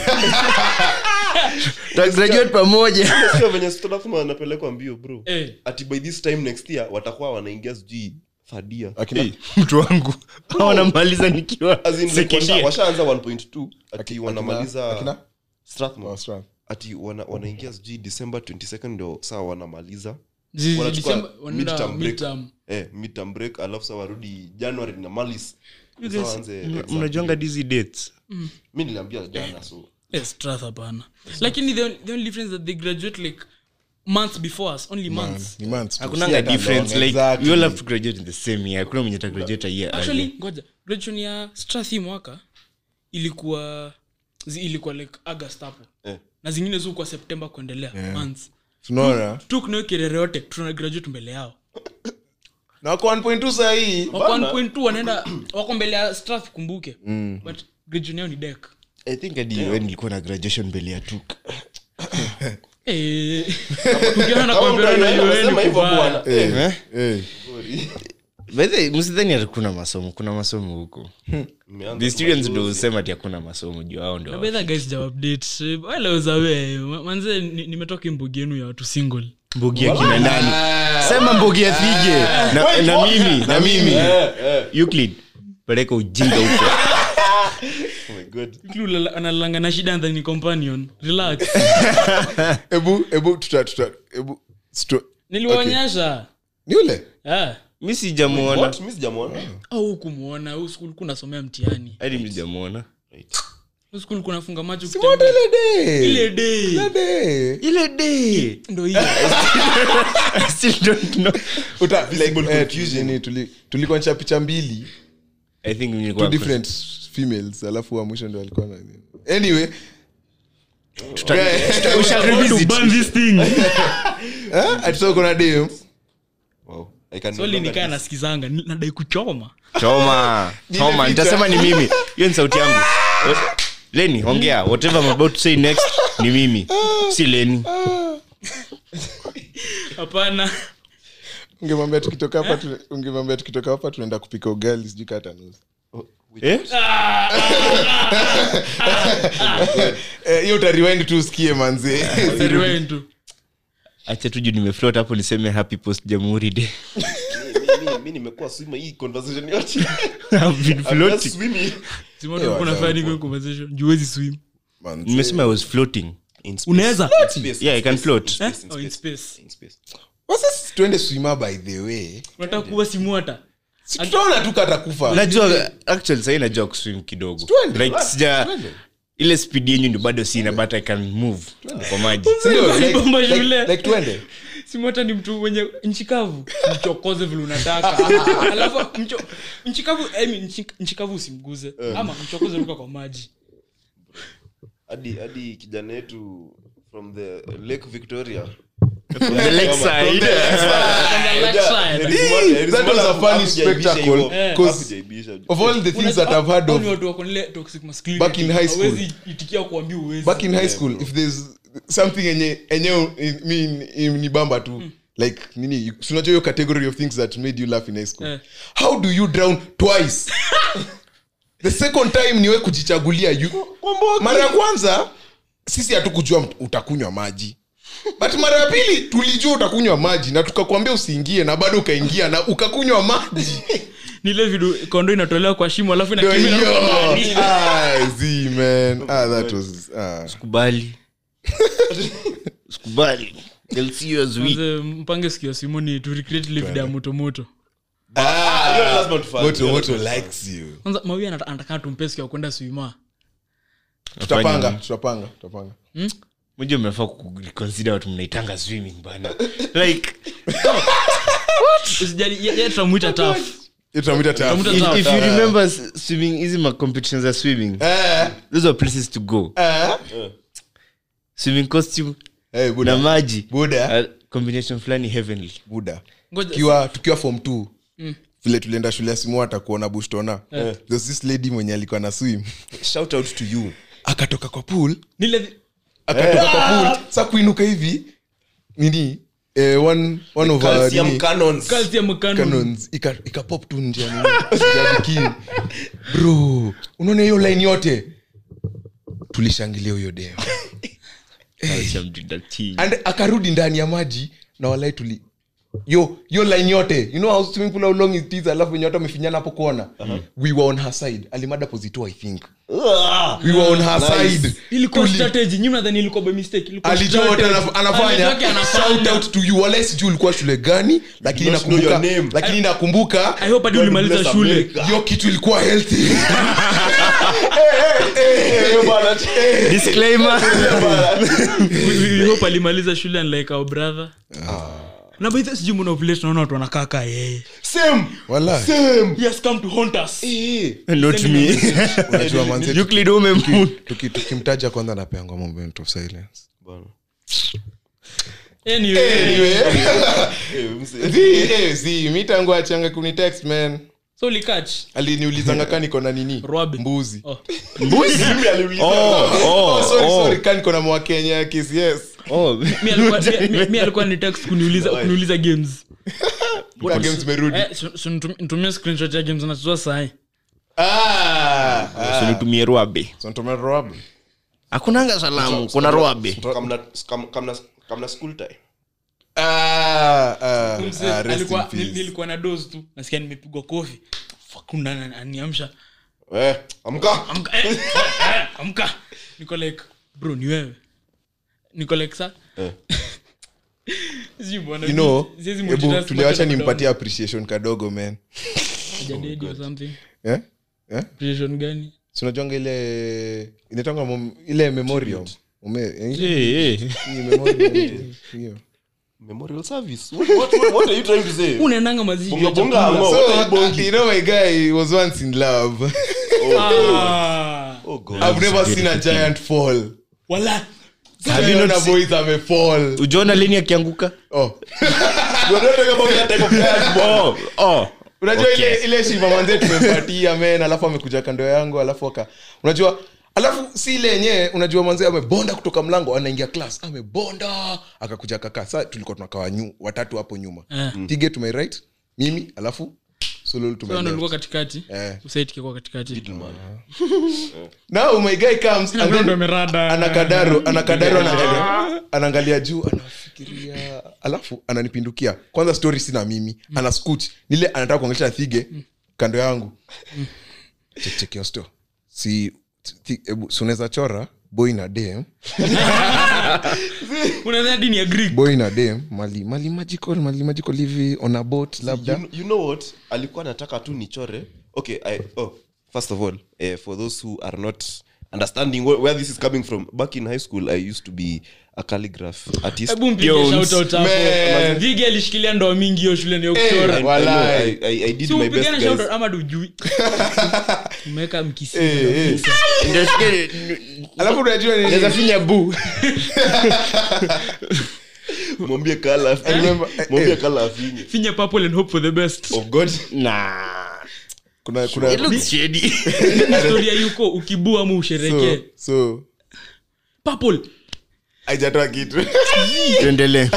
Speaker 3: tutagraduate pamoja
Speaker 2: Sio venye sisi tunasema anapelekwa mbio bro
Speaker 5: Eh.
Speaker 2: ati by this time next year watakuwa wanaingia sijui fadia
Speaker 1: Akina-
Speaker 3: mtu wangu wanamaliza nikiwa second year.
Speaker 2: washaanza 1.2 ati
Speaker 1: akina-
Speaker 2: wanamaliza Strathmore.
Speaker 1: Oh, strong.
Speaker 2: ati wana- wanaingia sijui december 22nd ndio saa wanamaliza
Speaker 5: Zi-
Speaker 2: Wanachukua
Speaker 5: December- wanaenda
Speaker 2: midterm break.
Speaker 5: midterm.
Speaker 2: eh, midterm break alafu saa warudi january na malis
Speaker 3: You
Speaker 2: Sasa
Speaker 3: guys, Mm.
Speaker 2: waanze
Speaker 3: mna-
Speaker 2: exam.
Speaker 3: mnajuanga dizi dates
Speaker 2: mi niliambia jana so
Speaker 5: Eh, Strath hapana lakini the, on- the only difference that they graduate like months before us only months
Speaker 1: Ni months tu.
Speaker 3: hakunanga
Speaker 1: Si hata
Speaker 3: difference
Speaker 1: long,
Speaker 3: like
Speaker 1: exactly.
Speaker 3: we all have to graduate in the same year kuna mwenye tagraduate a year early.
Speaker 5: actually ngoja graduation ya Strath hii mwaka ilikuwa zi- ilikuwa like august hapo
Speaker 2: Eh.
Speaker 5: na zingine zu kwa september kuendelea months
Speaker 1: tunaona
Speaker 5: tu kunayo kerere yote tuna graduate mbele yao
Speaker 1: na wako 1.2 sahii
Speaker 5: wako 1.2 wanaenda wako mbele ya Strath kumbuke
Speaker 2: Mm.
Speaker 5: but graduation yao ni
Speaker 2: [LAUGHS]
Speaker 5: dek
Speaker 3: i think hadi wewe nilikuwa na graduation mbele ya tu
Speaker 5: Eh. [LAUGHS] Ukiona na compare na
Speaker 2: Kama mtu anasema
Speaker 5: UN
Speaker 2: hivyo
Speaker 5: kubaya.
Speaker 2: bwana.
Speaker 3: Eh?
Speaker 1: Eh,
Speaker 3: By the way, msidhani ati kuna masomo kuna masomo huko
Speaker 2: Nimeanza
Speaker 3: Hmm. the
Speaker 2: tu
Speaker 3: students
Speaker 2: majuzi.
Speaker 3: ndo husema ati hakuna masomo juu hao
Speaker 5: Na
Speaker 3: ndo
Speaker 5: by the way, guys, jawapdate. Wale wazawe, ma- manze ni- nimetoka mbugi yenu ya watu single
Speaker 3: mbugia kina nani sema mbugia thige na, na mimi na mimi Eh.
Speaker 2: Eh,
Speaker 3: euclid peleka ujinga [LAUGHS] huko
Speaker 2: Oh my God.
Speaker 5: Yule ulala- analalanga na shida and then ni companion relax [LAUGHS]
Speaker 1: hebu hebu tuta tuta hebu sto- okay.
Speaker 5: niliwaonyesha
Speaker 1: ni ule
Speaker 5: Ah,
Speaker 3: mi sijamwona
Speaker 2: What? Mi sijamwona.
Speaker 5: au kumwona au skul kunasomea mtihani
Speaker 3: hadi mi sijamwona
Speaker 5: skul kunafunga macho
Speaker 1: What
Speaker 5: kutembea.
Speaker 1: ile day?
Speaker 5: Ile day.
Speaker 1: Ile day.
Speaker 3: ile [LAUGHS] day
Speaker 5: [LAUGHS] Ndo hiyo.
Speaker 3: I still don't know.
Speaker 1: Uta- like, eh, nini, tuli- tulikuonyesha picha mbili
Speaker 3: I think
Speaker 1: two
Speaker 3: nilikuwa-
Speaker 1: different females alafu wa mwisho ndo alikuwa na anyway
Speaker 3: We shall reveal it.
Speaker 1: eh, atisakona dem
Speaker 2: Wow. I can no
Speaker 5: Swali
Speaker 2: longer
Speaker 5: nikaa nasikizanga ni- nadai kuchoma
Speaker 3: Choma. Choma. nitasema ni mimi hiyo ni sauti yangu What- leni ongea whatever I'm about to say next ni mimi si leni
Speaker 5: [LAUGHS] hapana
Speaker 1: ungemwambia tukitoka hapa tu- ungemwambia tukitoka hapa tunaenda kupika ugali sijui kata nusu
Speaker 3: Eh?
Speaker 1: Eh, hiyo utariwend tu usikie [LAUGHS] manzi
Speaker 5: Sirueni [LAUGHS] tu.
Speaker 3: acha tuju nimeflot hapo niseme happy post jamhuri day
Speaker 2: Mi- mi- mi nimekuwa swima hii conversation yote.
Speaker 3: I've been
Speaker 2: I'm just
Speaker 3: floating.
Speaker 2: swimming.
Speaker 5: Simona, ulikuwa unafanya nini kwa conversation? Juu huwezi swim.
Speaker 3: nimesema i was floating
Speaker 2: In space.
Speaker 5: unaweza
Speaker 2: Space,
Speaker 3: yeah i can float
Speaker 5: Eh?
Speaker 2: space,
Speaker 5: Oh, in
Speaker 2: space.
Speaker 5: space.
Speaker 2: in space.
Speaker 1: sasa tuende swima by the way
Speaker 5: unataka kuwa simuata
Speaker 1: Si tutaona tu kata kufa
Speaker 3: najua actually sahii najua kuswim kidogo
Speaker 1: Twende.
Speaker 3: like sija ile speed yenyu ni bado sina but i can move kwa maji
Speaker 1: Sindio?
Speaker 5: Sasa
Speaker 1: Like-
Speaker 5: bomba
Speaker 1: like-
Speaker 5: shule.
Speaker 1: like tuende
Speaker 5: simuata ni mtu mwenye nchikavu mchokoze
Speaker 1: [LAUGHS]
Speaker 5: vile unataka alafu mcho- nchikavu I mean, nchi- nchikavu usimguze
Speaker 1: Eh.
Speaker 5: ama mchokoze ruka kwa maji
Speaker 2: hadi hadi kijana yetu from the lake victoria
Speaker 3: the lakeside
Speaker 1: Hey, that was a funny spectacle, 'cause of all the things that i've heard of Back in high school.
Speaker 5: itikia kuambia uwezi
Speaker 1: back in high school if there's something enye enye ni bamba tu
Speaker 5: Hmm.
Speaker 1: like nini you- si unajua hiyo category of things that made you laugh in high school
Speaker 5: Eh.
Speaker 1: how do you drown
Speaker 5: [LAUGHS]
Speaker 1: twice the second time niwe kujichagulia you mara ya kwanza sisi hatukujua mt- utakunywa maji but mara ya pili tulijua utakunywa maji na tukakwambia usiingie na bado ukaingia na ukakunywa maji [LAUGHS]
Speaker 5: nile vidu kondo inatolewa kwa shimo alafu
Speaker 1: Ndio
Speaker 5: inakimbia
Speaker 1: hiyo.
Speaker 5: inaruka ndani.
Speaker 1: Ah, zii, man. Ah, that was, ah.
Speaker 3: kubali [LAUGHS] sikubali They'll see you as weak.
Speaker 5: Mzee, mpange sikio simoni to recreate ile video ya motomoto
Speaker 1: Moto, moto likes you.
Speaker 5: kwanza mawi anata- anataka tumpe sikio ya kwenda swima
Speaker 1: tutapanga tutapanga tutapanga
Speaker 3: mwenyewe mnafaa kuconsider watu mnaitanga swimming
Speaker 1: [LAUGHS]
Speaker 3: bana like
Speaker 5: usijali ye- ye tutamwita taf
Speaker 1: Hiyo tunamwita taf.
Speaker 5: Tunamwita
Speaker 3: if,
Speaker 5: taf
Speaker 1: Ah.
Speaker 3: if you remember s- swimming hizi ma competitions za swimming
Speaker 1: Eh,
Speaker 3: those are places to go
Speaker 1: eh.
Speaker 3: swimming costume
Speaker 1: Eh,
Speaker 3: na
Speaker 1: buda
Speaker 3: maji
Speaker 1: buda
Speaker 3: A combination fulani heavenly
Speaker 1: buda
Speaker 5: Ngoja-
Speaker 1: tukiwa tukiwa form t vile tulienda shule ya simu atakuona bushtona there's this lady mwenye alikuwa na swim
Speaker 2: shout out to you
Speaker 1: [LAUGHS] akatoka kwa pool Eh.
Speaker 5: nile vi-
Speaker 1: akatoka kwa pool sa kuinuka hivi nini eh, one, one of our
Speaker 2: calcium
Speaker 1: nini,
Speaker 2: cannons
Speaker 5: calcium canon
Speaker 1: cannons ika- ikapop tu nje ya nini, ya bikini. bro unaona hiyo line yote tulishangilia huyo deo and akarudi ndani ya maji na walai tuli yo yo line yote you know how swimming pool how long it is alafu wenye watu wamefinyana hapo kona
Speaker 2: Uh-huh.
Speaker 1: we were on her side alimada posito i think we were on her side
Speaker 5: ilikuwa
Speaker 1: Tuli-
Speaker 5: strategy nyinyi mnadhani ilikuwa by mistake ilikuwa
Speaker 1: alijua what
Speaker 5: strategy.
Speaker 1: anaf- anafanya
Speaker 5: Alitaka anafanya.
Speaker 1: shout out to you wala sijui ulikuwa shule gani lakini
Speaker 2: not know
Speaker 1: nakumbuka
Speaker 2: your name.
Speaker 1: lakini nakumbuka
Speaker 5: i hope hadi ulimaliza
Speaker 2: bless
Speaker 5: shule
Speaker 2: America.
Speaker 1: hiyo kitu ilikuwa healthy [LAUGHS]
Speaker 3: disclaimer
Speaker 5: We- we- we hope alimaliza shule unlike our brother
Speaker 1: Ah.
Speaker 5: na by the sijui mbona vile tunaona watu wanakaa kaa yeye
Speaker 2: same
Speaker 1: wala
Speaker 2: same
Speaker 5: he has come to haunt us
Speaker 1: Eh.
Speaker 3: not me
Speaker 1: unajua manze
Speaker 3: [LAUGHS] euclid umemut
Speaker 1: tuki- tukimtaja kwanza napeangwa moment of silence
Speaker 5: anyway
Speaker 1: Eh. [LAUGHS] mi tangu achanga kuni text man
Speaker 5: so ulikatch
Speaker 1: [LAUGHS] aliniulizanga ka niko na nini
Speaker 5: Rwabe.
Speaker 1: mbuzi
Speaker 5: oh
Speaker 1: Oh, sorry,
Speaker 3: oh.
Speaker 1: sorry, ka niko na mwakenya kiss yes
Speaker 3: Oh.
Speaker 5: mi alikuwa mi- mi- mi alikuwa ni text kuniuliza kuniuliza games
Speaker 1: Ka games zimerudi
Speaker 5: eh si- si nitum- nitumie screenshot ya games nachezwa sahi
Speaker 1: Ah, ah.
Speaker 3: So nitumie rwabe
Speaker 1: So nitumia Rwabe.
Speaker 3: akunanga salamu kuna rwabe
Speaker 2: kamna kam- kamna kamna school time
Speaker 1: Ah, ah,
Speaker 5: Mzee,
Speaker 1: ah, rest in
Speaker 5: alikuwa-
Speaker 1: peace.
Speaker 5: nil- nilikuwa na dos tu nasikia nimepigwa kofi fakundaniamsha
Speaker 2: eh amka
Speaker 5: Eh, amka
Speaker 2: Eh.
Speaker 5: niko like bro ni wewe niko like sa Sijui bwana,
Speaker 1: you know
Speaker 5: siwezi
Speaker 1: hebu
Speaker 5: multitask
Speaker 1: tuliwacha
Speaker 5: macho na
Speaker 1: nimpatie appreciation kadogo man
Speaker 5: mdomo. Hajadedi or something.
Speaker 1: eh? eh?
Speaker 5: Appreciation gani
Speaker 1: sinajonga ile inaitwanga mom- ile memorium Ume- eh, ni
Speaker 5: [LAUGHS]
Speaker 1: memorium. Hiyo.
Speaker 2: memorial service what, what, what, what are you trying to say
Speaker 5: unaendanga mazishi
Speaker 2: Bonga, bonga, ama
Speaker 1: So,
Speaker 2: what are you bonking?
Speaker 1: you know my guy was once in love.
Speaker 5: Ah,
Speaker 2: Oh, God.
Speaker 1: I've never seen a giant fall.
Speaker 5: wala
Speaker 1: Niliona boys amefall.
Speaker 3: ujaona leni [LAUGHS] akianguka
Speaker 1: Oh.
Speaker 3: Oh,
Speaker 1: unajua ile ile shiva manze tumempatia men alafu amekuja kando yangu alafu aka unajua alafu si ile yenyewe unajua manze amebonda kutoka mlango anaingia klas amebonda akakuja kaka sa tulikuwa tunakawa nyu, watatu hapo nyuma
Speaker 5: Eh.
Speaker 1: tige to my right mimi alafu Sululu to my
Speaker 5: Sasa ndo
Speaker 1: left.
Speaker 5: ulikuwa katikati
Speaker 1: Eh.
Speaker 5: usaitike kwa katikati
Speaker 1: now my guy comes and
Speaker 5: ndo
Speaker 1: then
Speaker 5: amerada
Speaker 1: anakadaru anakadaru anaangalia anaangalia juu anafikiria alafu ananipindukia kwanza story sina mimi ana scooch nile anataka kuongelesha thige kando yangu chekchekio sto si thi- ebu sunaweza chora boy na dem
Speaker 5: Unadhani hadi ni agree
Speaker 1: boy na dem mali mali magical mali magical hivi on a boat labda
Speaker 2: you, you know what alikuwa anataka tu nichore okay I, oh, first of all eh, for those who are not understanding where, where this is coming from back in high school i used to be a calligraph artist
Speaker 5: hebu mpige
Speaker 2: Jones.
Speaker 5: shout out hapo
Speaker 1: Man. Eh,
Speaker 5: vige alishikilia ndoa mingi hiyo shule ni ya
Speaker 2: I,
Speaker 5: kuchora
Speaker 2: I, know,
Speaker 1: Walai.
Speaker 2: I, I, i did
Speaker 5: si
Speaker 2: my best
Speaker 5: upigane shout out
Speaker 2: guys
Speaker 1: [LAUGHS]
Speaker 5: ama dujui umeweka mkisi
Speaker 1: Eh, alafu unajua ni-
Speaker 2: mwambie kala
Speaker 1: I remember- eh,
Speaker 2: mwambie
Speaker 1: eh,
Speaker 2: kala afinye
Speaker 5: finya purple and hope for the best
Speaker 1: Oh.
Speaker 2: of god
Speaker 1: kuna kuna
Speaker 5: Ni historia yuko ukibua ama
Speaker 1: so,
Speaker 5: usherekee
Speaker 1: so
Speaker 5: purple
Speaker 1: haijatoa kitu
Speaker 3: [LAUGHS] tuendelee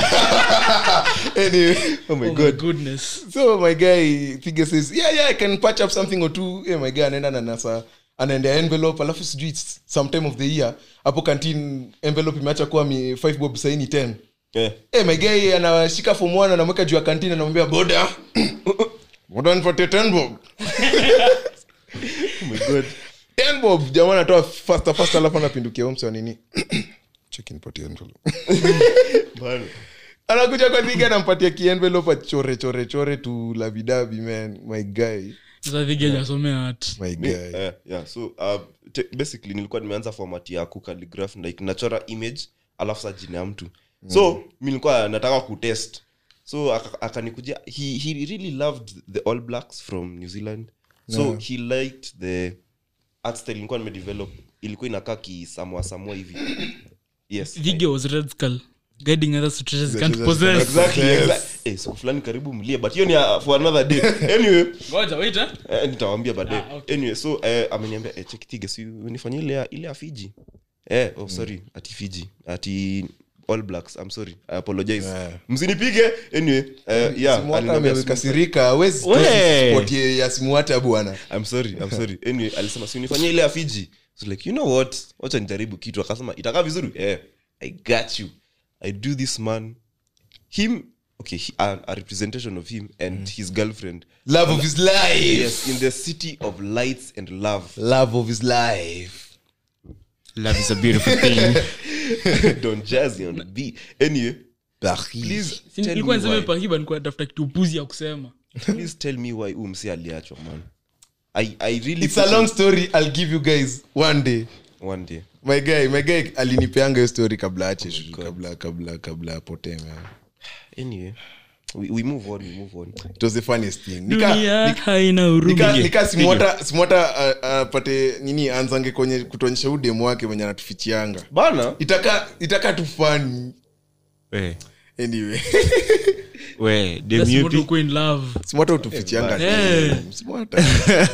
Speaker 1: anyway, oh my
Speaker 5: oh my goodness
Speaker 1: so my guy Thige says yeah yeah i can patch up something or two yeah, my guy anaenda na nasa anaendea envelope alafu sijui it's sometime of the year hapo canteen envelope imeacha kuwa mi five bob saini ten
Speaker 2: Eh.
Speaker 1: hey, my guy anashika form one anamweka juu ya canteen anamwambia boda [COUGHS] boda nipatie ten bob
Speaker 2: Oh my God.
Speaker 1: ten bob jamaa anatoa faster faster alafu anapindukia huyo msee wa nini [COUGHS] check nipatie envelope [LAUGHS]
Speaker 2: Bana.
Speaker 1: anakuja kwa Thige anampatia kienvelope achore chore chore tu lavidavi man my guy
Speaker 5: sasa vige hajasomea art
Speaker 1: my
Speaker 2: Ni-
Speaker 1: guy
Speaker 2: eh, yeah, so uh, te- basically nilikuwa nimeanza format ya kucalligraph like nachora image alafu sa jina ya mtu so mi nilikuwa nataka kutest so aka- akanikujia he, he really loved the all blacks from new zealand so
Speaker 1: Yeah.
Speaker 2: he liked the art style nilikuwa nimedevelop ilikuwa inakaa kisamoa samoa hivi yes
Speaker 5: Vige was red skull guiding others to treasures they can't
Speaker 1: treasures
Speaker 5: possess
Speaker 2: Exactly, exactly. Eh, siku fulani karibu mlie but hiyo ni uh, for another [LAUGHS] day anyway
Speaker 5: ngoja wait eh?
Speaker 2: Eh, nitawambia baadaye
Speaker 5: Ah, okay.
Speaker 2: anyway so eh, ameniambia eh, chekitige si nifanyia ile ya- ile ya fiji eh, oh, sorry ati fiji ati all blacks i'm sorry i apologize
Speaker 1: Yeah.
Speaker 2: msinipige anyway eh, yeah,
Speaker 1: Simuata
Speaker 2: aliniambia simu-
Speaker 1: amekasirika awezi
Speaker 3: We.
Speaker 1: spot ye- ya simuata bwana
Speaker 2: i'm sorry i'm sorry anyway alisema si unifanyie ile ya fiji so like you know what wacha nijaribu kitu akasema itakaa vizuri eh, i got you i do this man him okay he, a, a representation of him and his girlfriend
Speaker 1: love of his life
Speaker 2: yes in the city of lights and love
Speaker 1: love of his life
Speaker 3: love is a beautiful thing
Speaker 2: don jazzy on the beat anyway please
Speaker 5: Si
Speaker 2: tell,
Speaker 5: nilikuwa niseme
Speaker 2: me why,
Speaker 5: pakiba nilikuwa natafuta kitu upuzi ya kusema
Speaker 2: please tell me why huyu msi aliachwa man i, I really
Speaker 1: it's a long story i'll give you guys one day
Speaker 2: one day
Speaker 1: my guy my guy alinipeanga hiyo story kabla ache kabla kabla kabla apotee man.
Speaker 2: anyway we, we move on we move on
Speaker 1: it was the funniest thing nika
Speaker 5: dunia haina huruma
Speaker 1: nika, nika simuata simuata uh, apate nini anzange kwenye kutuonyesha udemu wake venye anatufichianga
Speaker 2: bana
Speaker 1: itaka itaka tu fani anyway [LAUGHS]
Speaker 3: we
Speaker 5: That's
Speaker 3: dem
Speaker 5: what
Speaker 3: yupi
Speaker 5: uko in love
Speaker 1: simuata utufichianga
Speaker 5: Eh.
Speaker 1: simuata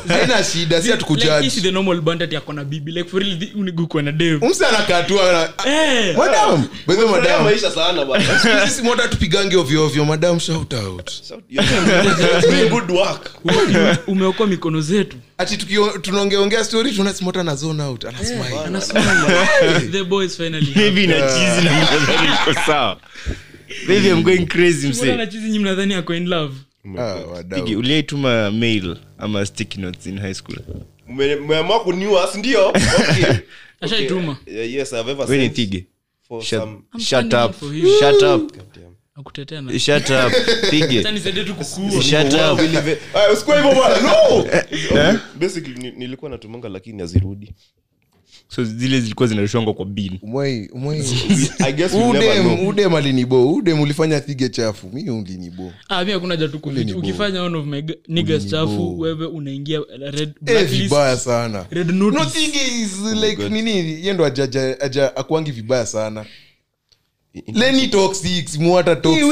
Speaker 1: haina shida si
Speaker 5: Like, this
Speaker 1: atukujudge
Speaker 5: is the normal banter ati ako na bibi like for real thi- unigu kwa na dev
Speaker 1: msi anakatua
Speaker 5: Eh.
Speaker 1: madam bedhe
Speaker 2: Furahia
Speaker 1: madam
Speaker 2: maisha sana [LAUGHS] bana
Speaker 1: simota tupigange ovyoovyo madam shout out
Speaker 2: So, you're doing good work
Speaker 5: Ume- umeokoa mikono zetu
Speaker 1: ati tukio- tunaongeongea story tunaona simota na zone out ana smile
Speaker 5: Anasmile. [LAUGHS] the boys finally happy.
Speaker 3: baby na cheese na mwanzani iko sawa baby i'm going crazy
Speaker 5: Mbona
Speaker 3: mse
Speaker 5: na chizi nyi mnadhani ako in love
Speaker 1: Ah, wadau.
Speaker 3: Digi, uliaituma mail ama sticky notes in high school
Speaker 2: Mwe- mmeamua kuniua si ndio okay [LAUGHS]
Speaker 5: ashaituma
Speaker 2: Eh, yes i've ever
Speaker 3: we ni
Speaker 2: sent
Speaker 3: tige
Speaker 2: for
Speaker 3: shut,
Speaker 2: some
Speaker 3: shut
Speaker 5: standing
Speaker 3: up
Speaker 5: for you.
Speaker 3: shut up
Speaker 2: Damn.
Speaker 5: nakutetea na-
Speaker 3: Shut up. Pige.
Speaker 5: Acha nisaidie tu kukua
Speaker 3: Shut up. Eh?
Speaker 2: Aya, usikuwe hivyo bwana, [LAUGHS] no! Basically, ni- nilikuwa natumanga lakini azirudi
Speaker 3: so zile zilikuwa zinarushwangwa kwa bin
Speaker 1: umwai [LAUGHS] umwai
Speaker 2: I guess we'll never
Speaker 1: udem
Speaker 2: know.
Speaker 1: udem alinibo udem ulifanya thige chafu mi ulinibo
Speaker 5: ah, mi hakuna ja tu
Speaker 1: Ule ni
Speaker 5: kuficha
Speaker 1: bo.
Speaker 5: ukifanya one of my g- niggas chafu wewe unaingia red
Speaker 1: Eh,
Speaker 5: blacklist,
Speaker 1: vibaya sana
Speaker 5: red notice.
Speaker 1: no thige is
Speaker 2: Oh,
Speaker 1: like nini yendo ajaja aja akuangi vibaya sana leni toxic muata toxic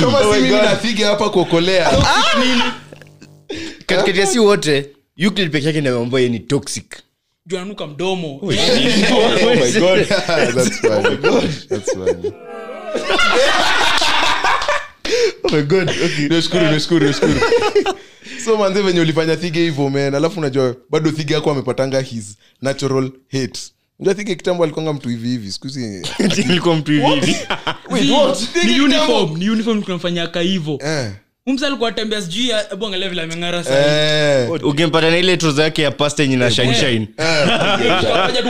Speaker 1: kama si mimi na Thige hapa kuokolea Ah!
Speaker 3: katikati ya si wote Euclid peke yake ndio ambaye ni toxic [LAUGHS]
Speaker 5: Juu ananuka mdomo
Speaker 2: Oh my
Speaker 1: [LAUGHS]
Speaker 2: God.
Speaker 3: [LAUGHS]
Speaker 1: That's funny. That's [LAUGHS] funny. Oh Nashukuru, nashukuru, [LAUGHS] nashukuru. so manze venye ulifanya thige hivyo men alafu unajua bado thige yako amepatanga his natural hate unajua thige kitambo alikwanga mtu hivi hivi sikuhizi
Speaker 3: ilikuwa mtu hivi hivi
Speaker 5: Zii,
Speaker 1: what?
Speaker 5: ni uniform ni uniform tunamfanyia ka hivo
Speaker 1: eh.
Speaker 5: umsa alikuwa atembea sijui ebu angalia vile ameng'ara sana
Speaker 1: eh.
Speaker 3: ukimpata na ile troza yake ya pasta yenye na shinshine
Speaker 5: Akaja tu,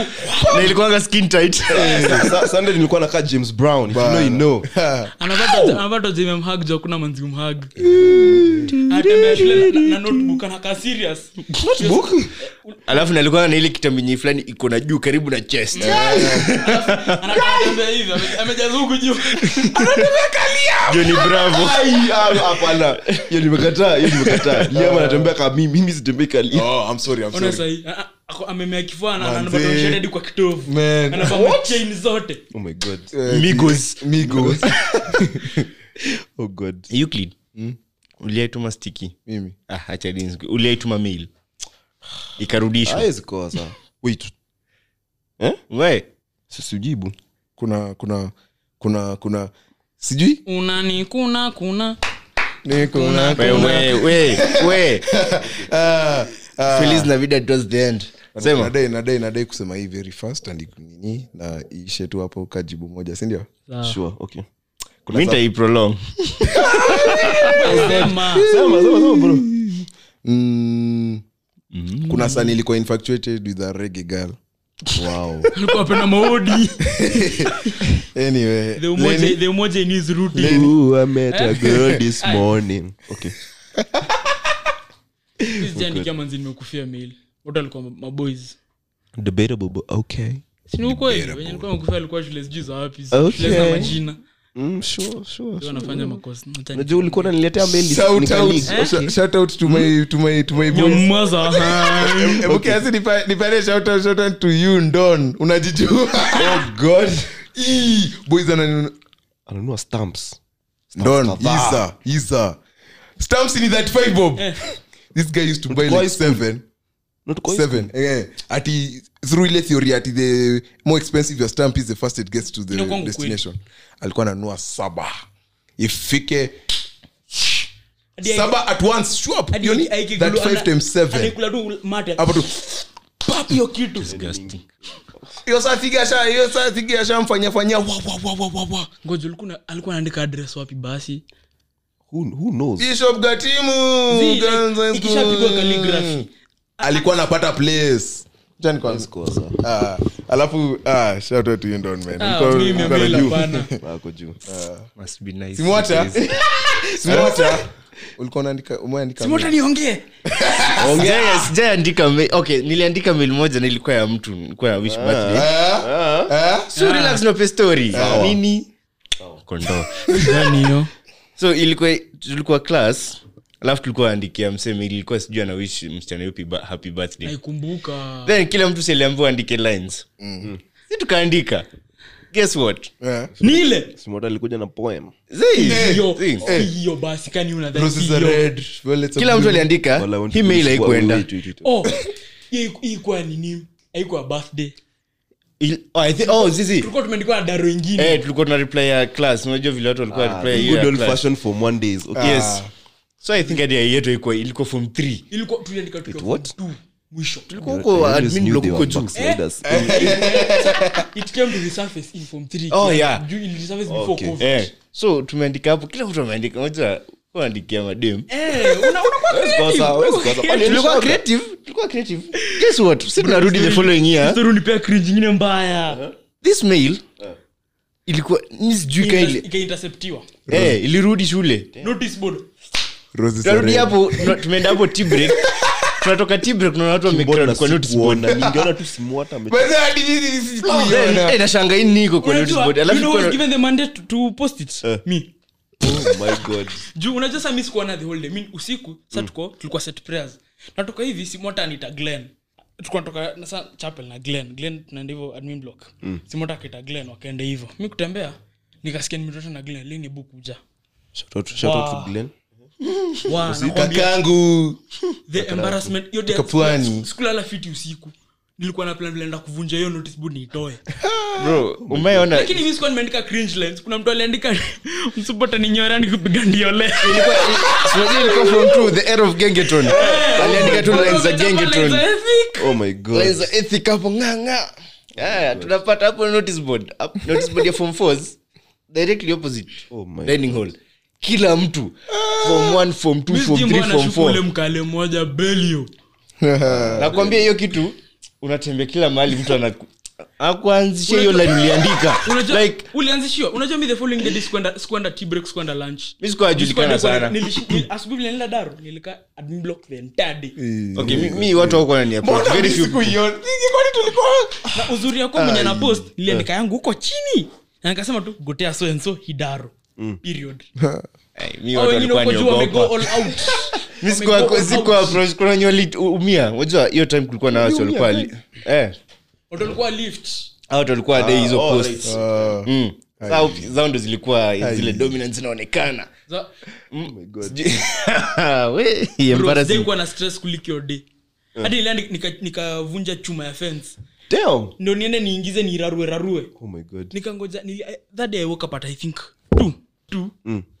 Speaker 3: na ilikuwanga skin tight
Speaker 2: Sa- sa- Sunday nilikuwa nakaa james brown If you know, you know.
Speaker 5: anapata anapata zimemhag juu hakuna manzi kumhag atembea shule na- na notebook anakaa
Speaker 1: [LAUGHS]
Speaker 5: serious
Speaker 3: alafu nalikuwanga na ile kitambinyi fulani iko na juu karibu na chest
Speaker 5: Anakaa anatembea hivi ame- amejaza huku juu
Speaker 3: joni bravo
Speaker 2: [LAUGHS] Ai, ah, hapana hiyo nimekataa hiyo nimekataa liam anatembea kama mimi mimi sitembei kali
Speaker 1: Oh, I'm sorry, I'm
Speaker 5: ona
Speaker 1: sorry.
Speaker 5: sahi a- a- Ah, ako- amemea kifua na- na
Speaker 1: Manze.
Speaker 5: anapata ushadadi kwa kitovu
Speaker 1: Man.
Speaker 5: anavaa chain zote
Speaker 2: oh my god
Speaker 1: Eh,
Speaker 3: Migos.
Speaker 1: Migos.
Speaker 2: oh god
Speaker 3: Euclid uliaituma stiki
Speaker 1: Mimi.
Speaker 3: ah, acha dins- uliaituma mail ikarudishwa
Speaker 2: hawezi kosa wait
Speaker 3: we
Speaker 2: sisijibu
Speaker 1: kuna kuna kuna kuna sijui
Speaker 5: unani kuna kuna
Speaker 1: Ni kuna-
Speaker 3: we, we, we, we.
Speaker 1: Ah, ah.
Speaker 3: Feliz Navidad was the end. Sema.
Speaker 1: nadai nadai nadai kusema hii very fast and nini na iishe tu hapo kajibu moja sindio
Speaker 5: Ah,
Speaker 2: sure okay
Speaker 3: Mi nitaiprolong.
Speaker 5: sema
Speaker 1: [LAUGHS] mm. kuna saa nilikuwa infatuated with a rege girl
Speaker 5: alikuwa apenda maodi
Speaker 1: [LAUGHS] anyway
Speaker 5: the umoja the umoja in his root
Speaker 2: Ooh, I met a girl this morning. Okay.
Speaker 5: sijaandikia manzi nimekufia mail wote walikuwa maboys
Speaker 2: Debatable, but okay.
Speaker 5: sini ukweli wenye likuwa mekufia alikuwa shule sijui za wapi
Speaker 2: Okay.
Speaker 5: shule za majina
Speaker 2: Mm, sure, sure.
Speaker 5: Ndio wanafanya makosa Acha ni-
Speaker 2: Unajua ulikuwa unaniletea meli.
Speaker 1: Shout out,
Speaker 2: nikali-
Speaker 1: sh- shout out to
Speaker 5: Hmm?
Speaker 1: my to my to my boys.
Speaker 5: Nyamaza, hai.
Speaker 1: [LAUGHS] Eh, okay, asi nipa- nipane shout out shout out to you Don unajijua [LAUGHS] oh god Ii, boys anani
Speaker 2: Ananunua stamps.
Speaker 1: Don
Speaker 2: kadhaa.
Speaker 1: Isa Isa stamps ni 35 bob
Speaker 5: Eh.
Speaker 1: this guy used to buy
Speaker 2: Tulikuwa
Speaker 1: like
Speaker 2: high school.
Speaker 1: seven
Speaker 2: Not quite.
Speaker 1: seven eh, ati through ile theory ati the more expensive your stamp is the first it gets to the
Speaker 5: Ina kwangu
Speaker 1: destination alikuwa ananua saba ifike
Speaker 5: Hadi ai-
Speaker 1: saba at once shup
Speaker 5: hadi
Speaker 1: yoni
Speaker 5: aikigulu-
Speaker 1: 35
Speaker 5: ana-
Speaker 1: times 7
Speaker 5: anaikula tu mate.
Speaker 1: hapo tu
Speaker 5: Pap, hiyo kitu
Speaker 1: hiyo saa thigi asha hiyo saa thigi ashamfanyia fanyia wa wa wa wa wa wa
Speaker 5: ngoja ulikuwa na- alikuwa anaandika address wapi basi
Speaker 2: Who, who knows?
Speaker 1: bishop gatimu
Speaker 5: Zii, like,
Speaker 1: Guns and
Speaker 5: ikishapigwa
Speaker 1: Guns.
Speaker 5: calligraphy.
Speaker 1: alikuwa anapata place Acha nikwambie.
Speaker 2: Kosa.
Speaker 1: Ah, alafu ah, shout out to you Don man
Speaker 5: Ah,
Speaker 1: Mko-
Speaker 5: mimi
Speaker 1: mko na
Speaker 5: mail
Speaker 1: juu.
Speaker 5: hapana.
Speaker 2: Wako juu. Ah,
Speaker 3: Must be nice.
Speaker 1: Simwata. [LAUGHS] Simwata. ulikuwa unaandika umeandika
Speaker 5: Simota niongee
Speaker 3: Sijaya- sijaandika mail. Okay, niliandika mail moja na ilikuwa ya mtu nilikuwa ya wish birthday.
Speaker 1: Eh?
Speaker 3: So relax, niwape story. Nini? Kondoo. so ilikuwa tulikuwa class alafu tulikuwa andikia mseme ilikuwa sijui anawish msichana yupi ba- happy birthday
Speaker 5: naikumbuka
Speaker 3: then kila mtu siliambiwa andike lines si tukaandika guess what
Speaker 1: Eh.
Speaker 5: ni ile
Speaker 2: Simota alikuja na poem.
Speaker 3: Zii,
Speaker 5: Hiyo- Oh,
Speaker 3: zii.
Speaker 5: hiyo basi kani una
Speaker 1: Rose is a red, violets are
Speaker 3: kila mtu
Speaker 1: blue.
Speaker 3: aliandika
Speaker 2: Wala I want
Speaker 3: Ah, hii
Speaker 2: to
Speaker 3: mail
Speaker 2: wish-
Speaker 3: haikuenda
Speaker 2: wait, wait, wait, wait.
Speaker 5: Oh, hii- hii ilikuwa nini haikuwa birthday
Speaker 3: Il- oh, I thi- oh, zizi
Speaker 5: tulikuwa tumeandikwa na daro ingine
Speaker 3: Eh, tulikuwa tuna reply ya class unajua vile watu walikuwa reply hiyo
Speaker 2: Ah, Good
Speaker 3: ya
Speaker 2: old
Speaker 3: class.
Speaker 2: fashioned for one days. Okay.
Speaker 3: yes so i think hadi ya yetu ilikuwa ilikuwa form 3
Speaker 5: ilikuwa tuliandika tukiwa
Speaker 2: what?
Speaker 5: form two, mwisho
Speaker 3: tulikuwa
Speaker 2: I
Speaker 3: huko
Speaker 2: always
Speaker 3: admin
Speaker 2: knew
Speaker 3: block
Speaker 2: they
Speaker 3: huko
Speaker 2: were
Speaker 3: juu
Speaker 2: backsliders. Eh?
Speaker 5: it came to resurface in form three.
Speaker 3: Oh, yeah.
Speaker 5: Juu ili resurface before
Speaker 2: Okay.
Speaker 5: COVID.
Speaker 3: eh so tumeandika hapo kila mtu ameandika moja kuandikia madem
Speaker 5: Eh, una- unakuwa creative.
Speaker 2: Kosa, wezi kosa. Kwani
Speaker 3: tulikuwa creative tulikuwa creative guess what si tunarudi the following year Ah.
Speaker 5: Story unipea cringe ingine mbaya
Speaker 3: this mail ilikuwa mi sijui ka ile
Speaker 5: ikaintaseptiwa
Speaker 3: Eh, ilirudi shule
Speaker 5: notice board
Speaker 1: Rose is
Speaker 3: tunarudi
Speaker 1: a red.
Speaker 3: hapo tuna- tumeenda hapo tea [LAUGHS] break tunatoka tea break tunaona watu wamekaa kwa notice board
Speaker 2: ningeona tu simwata
Speaker 1: By the way, hadi mimi sikuiona.
Speaker 3: Eh, nashangaa hii niko kwa Eh. Oh notice
Speaker 5: Unajua,
Speaker 3: board
Speaker 5: you know
Speaker 3: alafu
Speaker 5: who was
Speaker 3: kuna-
Speaker 5: given the mandate to post it me
Speaker 2: ametumygod
Speaker 5: [LAUGHS] juu unajua saa mi sikuona the whole day mi usiku sa tuko tulikuwa set prayers natoka hivi simota anita glen tukanatoka na sa chapel na glen glen tunaenda hivyo admin block
Speaker 3: Mm.
Speaker 5: simota akaita glen wakaenda hivyo mi kutembea nikasikia nimetoto na glen lini book
Speaker 3: [LAUGHS]
Speaker 5: kuja Wow. Wa, nakwambia,
Speaker 1: kakangu
Speaker 5: the embarrassment yote-
Speaker 1: Kapwani.
Speaker 5: sikulala fiti usiku nilikuwa na plan nenda kuvunja hiyo notice board niitoe
Speaker 3: bro umeona
Speaker 5: lakini mi sikuwa nimeandika cringe lines kuna mtu aliandika [LAUGHS] msupota ninyora nikupiga ndio leo
Speaker 3: Unajua ilikuwa form two, the era of gengeton aliandika tu lines za gengeton
Speaker 2: Oh
Speaker 3: Lines za ethic hapo nganga haya tunapata hapo notice board Up- notice board ya form fours directly opposite
Speaker 2: my
Speaker 3: dining hall kila mtu
Speaker 5: Ah,
Speaker 3: form one form two form three form
Speaker 5: msjmwanashukule
Speaker 3: four
Speaker 5: mkale moja belio
Speaker 3: nakwambia hiyo kitu unatembea kila mahali mtu anaku akuanzisha hiyo line uliandika
Speaker 5: Unajua-
Speaker 3: like
Speaker 5: ulianzishiwa unajua mi the following day sikuenda sikuenda tea break sikuenda lunch
Speaker 3: mi sikuwa najulikana sana
Speaker 5: Nilishi- nil- asubuhi vile nilienda daro nilikaa admin block the entire day
Speaker 3: okay mi, mi watu wako nani
Speaker 1: Mbona mimi sikuiona? Nini, kwani tulikuwa-
Speaker 5: na uzuri ya kuwa mwenye na post
Speaker 3: Eh.
Speaker 5: niliandika yangu huko chini na nikasema tu gotea so and so hidaro period
Speaker 3: mi
Speaker 5: Hao
Speaker 3: Mm. watu
Speaker 5: wengine
Speaker 3: walikuwa
Speaker 5: huko juu wamego
Speaker 3: niogopa
Speaker 5: all out
Speaker 3: [LAUGHS] mi
Speaker 5: Wamego all
Speaker 3: sikuwa
Speaker 5: out.
Speaker 3: sikuwa approach kuna wenye wali- u- umia unajua hiyo time kulikuwa na watu walikuwa li- eh
Speaker 5: Watu walikuwa lift
Speaker 3: hao watu walikuwa dai hizo
Speaker 2: all
Speaker 3: posts
Speaker 1: Ah.
Speaker 3: Mm. Zao- zao ndo zilikuwa zile dominance zinaonekana
Speaker 5: Za-
Speaker 3: Sijui- [LAUGHS] We, embarrassing.
Speaker 5: sikuwa na stress kuliko d hadi nilienda nika- nikavunja chuma ya fence ndo niende niingize nirarue rarue
Speaker 2: Oh
Speaker 5: nikangoja nili, I- that day i woke up at i think two two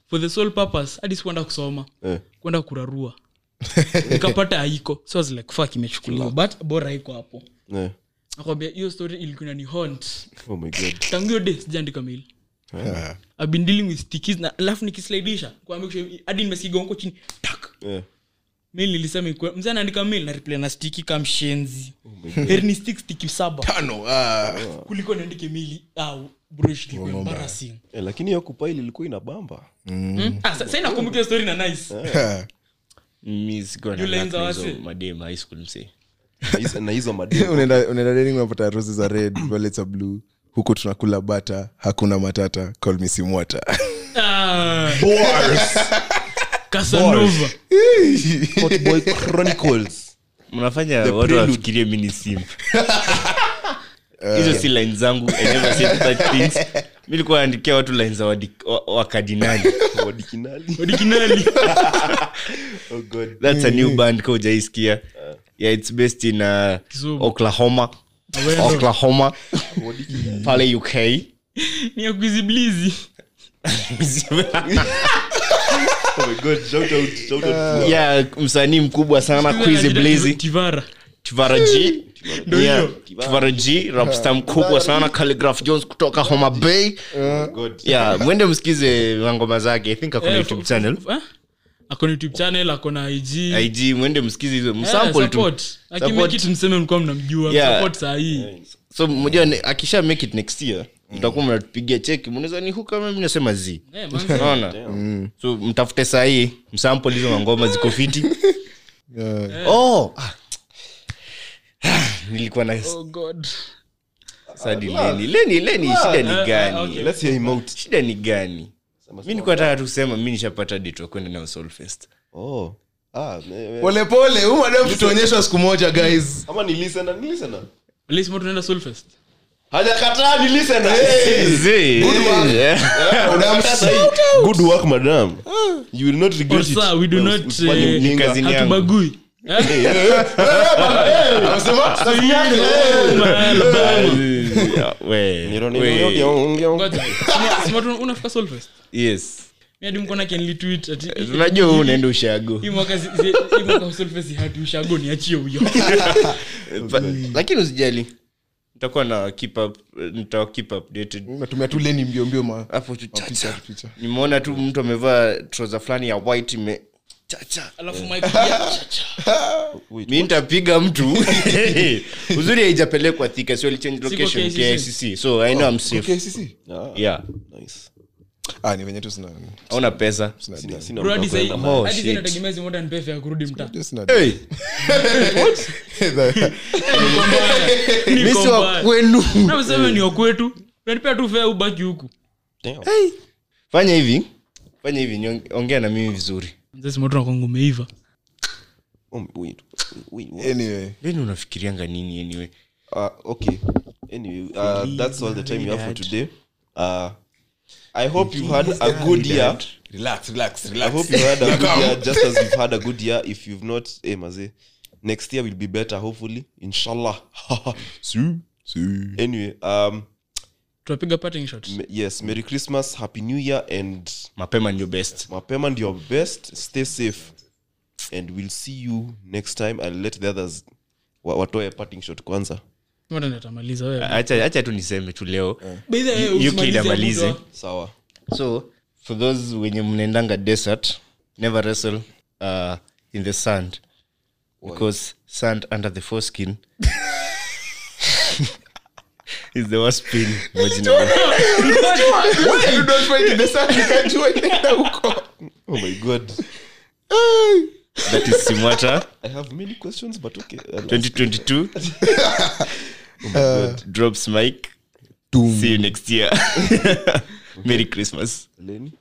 Speaker 5: for the sole purpose hadi sikuenda kusoma
Speaker 2: Eh.
Speaker 5: kwenda kurarua nikapata haiko so I was like fuck imechukuliwa but bora haiko hapo
Speaker 2: Eh.
Speaker 5: nakwambia hiyo story ilikuwa inani haunt
Speaker 2: Oh
Speaker 5: tangu hiyo day sijaandika mail
Speaker 1: Ah.
Speaker 5: I've been dealing with stickies na alafu nikislidisha kwa make sure hadi nimesikiga huko chini tak
Speaker 2: Eh.
Speaker 5: mail nilisema ikuwe- mzee anaandika mail na reply na stiki kamshenzi
Speaker 3: Oh
Speaker 5: heri ni stick stiki saba
Speaker 1: Tano, ah.
Speaker 5: kuliko niandike mili au brush
Speaker 3: Oh,
Speaker 5: ilikuwa embarrassing
Speaker 2: Eh, lakini hiyo kupail ilikuwa ina bamba
Speaker 3: Mm.
Speaker 5: Hmm? Ah, sa- sa inakumbuka hiyo story na nice
Speaker 3: Eh.
Speaker 1: Ah.
Speaker 3: Mi sikuwa na
Speaker 5: Yule
Speaker 3: luck
Speaker 5: enza
Speaker 3: na
Speaker 5: wasi.
Speaker 3: hizo madem high school msee.
Speaker 2: Na hizo- na
Speaker 3: [LAUGHS]
Speaker 2: hizo madeo
Speaker 1: [LAUGHS] unaenda unaenda dating unapata roses za red violets za blue huko tunakula bata hakuna matata call me [LAUGHS] simwata
Speaker 5: Ah. [LAUGHS] Casanova.
Speaker 2: Hotboy chronicles
Speaker 3: mnafanya watu wafikirie mi ni simp hizo si line zangu I never said such things. mi nilikuwa naandikia watu line za wadi- wa- wakardinali
Speaker 2: Wadikinali.
Speaker 5: Originali.
Speaker 2: Oh God.
Speaker 3: thats a
Speaker 5: Eh,
Speaker 3: new band ka ujaisikia yeah, its based in uh,
Speaker 5: Kisumu.
Speaker 3: oklahoma
Speaker 5: Awendo.
Speaker 3: oklahoma pale uk
Speaker 5: [LAUGHS] [LAUGHS] Ni ya kuiziblizi.
Speaker 2: Oh my God. Shout out, shout out.
Speaker 3: yeah, msanii mkubwa sana
Speaker 5: Kwanza
Speaker 3: quizy
Speaker 5: anajiita
Speaker 3: blazy
Speaker 5: Tivara.
Speaker 3: tvaraji
Speaker 5: Ndio hiyo.
Speaker 3: tvaraji rapsta mkubwa sana Khaligraph jones kutoka homa bay
Speaker 5: Eh.
Speaker 3: yeah, mwende msikize ngoma zake i think akona
Speaker 5: Eh,
Speaker 3: youtube
Speaker 5: f-
Speaker 3: channel
Speaker 5: f- eh? Ako na youtube channel ako na ig Eh,
Speaker 3: ig mwende msikize hizo msample tu
Speaker 5: support. Akimake it mseme mlikuwa mnamjua
Speaker 3: Yeah.
Speaker 5: Support saa hii
Speaker 3: so mmoja ni- akisha make it next year mtakuwa mnatupigia cheki mnaweza ni huka mimi nasema z
Speaker 5: Eh,
Speaker 3: [LAUGHS]
Speaker 5: manze.
Speaker 3: unaona so mtafute sahii msample hizo ngoma ziko fiti oh ah. nilikuwa na
Speaker 5: Oh God.
Speaker 3: sadi leni leni leni shida ni gani
Speaker 2: Let's hear him out.
Speaker 3: shida ni gani mi nilikuwa nataka tu kusema mi nishapata date wa kwenda nayo solfest
Speaker 2: Oh. Ah, me- me-
Speaker 1: polepole huu madam tutaonyeshwa siku moja guys
Speaker 2: Ama ni listener, ni listener?
Speaker 5: At least mbona tunaenda Solfest?
Speaker 2: Hajakataa, ni listener. Hey. [LAUGHS]
Speaker 1: Unamshout
Speaker 2: Good work, madam. You will not regret
Speaker 5: Or
Speaker 2: it.
Speaker 5: sir, we do not,
Speaker 2: Usifanye
Speaker 5: eh,
Speaker 2: ujinga.
Speaker 3: Kazi- Ni yangu.
Speaker 5: hatubagui Eh?
Speaker 3: eh,
Speaker 2: Niro, niro, niro, niro, niro.
Speaker 5: Ngoja. Sima- sima tuna- unafika Solfest? Mi hadi mko na Ken Litwit ati-
Speaker 3: tunajua huu unaenda ushago
Speaker 5: hii mwaka zi- zi- hii mwaka Solfest hati ushago niachie huyo
Speaker 3: But- lakini usijali nitakuwa na keep up nitawa keep updated
Speaker 1: natumia tu leni mbio mbio ma
Speaker 3: hapo
Speaker 1: picha
Speaker 3: chuchacha
Speaker 1: picha
Speaker 3: nimeona tu mtu amevaa troza fulani ya white ime
Speaker 5: alafu mic pia, cha, cha.
Speaker 3: mi nitapiga mtu uzuri haijapelekwa thika so walichange location
Speaker 5: KICC.
Speaker 3: KICC. so i know I'm safe
Speaker 1: KCC?
Speaker 3: yeah
Speaker 2: Nice.
Speaker 1: Ah, ni venye tu sina-
Speaker 3: hauna pesa
Speaker 1: sina
Speaker 2: Sina-
Speaker 1: demu.
Speaker 2: sina
Speaker 5: Bro,
Speaker 2: mtu
Speaker 5: hadi
Speaker 2: wa kuenda
Speaker 5: sahi-
Speaker 2: mahali.
Speaker 3: Oh,
Speaker 5: hadi sahi
Speaker 3: shit.
Speaker 5: nategemea hizi modern pesa ya kurudi
Speaker 1: [LAUGHS]
Speaker 5: mtaa.
Speaker 1: Just sina demu.
Speaker 3: hey.
Speaker 5: Niko mbaya, niko
Speaker 1: Mimi si wa
Speaker 5: mbaya.
Speaker 1: kwenu.
Speaker 5: Na useme ni wa kwetu unanipea tu fea ubaki huku
Speaker 3: fanya hivi fanya hivi niong- ongea na mimi vizuri
Speaker 5: Mzee, si moto unakuanga umeiva
Speaker 2: Oh, wait, wait, wait.
Speaker 1: Anyway,
Speaker 3: leni unafikirianga nini anyway
Speaker 2: Eh, uh, okay anyway uh, that's all the time you have for today uh, i hope you've had a good year
Speaker 1: relax, relax,
Speaker 2: i
Speaker 1: relax.
Speaker 2: hope you've had a good year just as you've had a good year if you've not hey, maze next year will be better hopefully inshallah [LAUGHS]
Speaker 1: Si, si.
Speaker 2: anyway um,
Speaker 5: tunapiga parting shots
Speaker 2: m- yes merry christmas happy new year and
Speaker 3: mapema ndio best
Speaker 2: mapema and your best stay safe and we'll see you next time and let the others wa- watoe parting shot kwanza
Speaker 5: Mbona natamaliza wewe?
Speaker 3: Acha- acha tu niseme tu leo
Speaker 5: By the way,
Speaker 3: UK
Speaker 5: usimalize
Speaker 3: namalize.
Speaker 5: Eh, muda.
Speaker 2: sawa
Speaker 3: so for those wenye mnaendanga desert never wrestle uh, in the sand because sand under the foreskin [LAUGHS] is the worst pain imaginable.
Speaker 1: Why you don't find it? The sun ikajua inaenda huko.
Speaker 2: oh my god
Speaker 3: that is simwata
Speaker 2: i have many questions but okay Uh,
Speaker 3: 2022 Uh, drops mic see you next year [LAUGHS] merry christmas
Speaker 2: Lenny?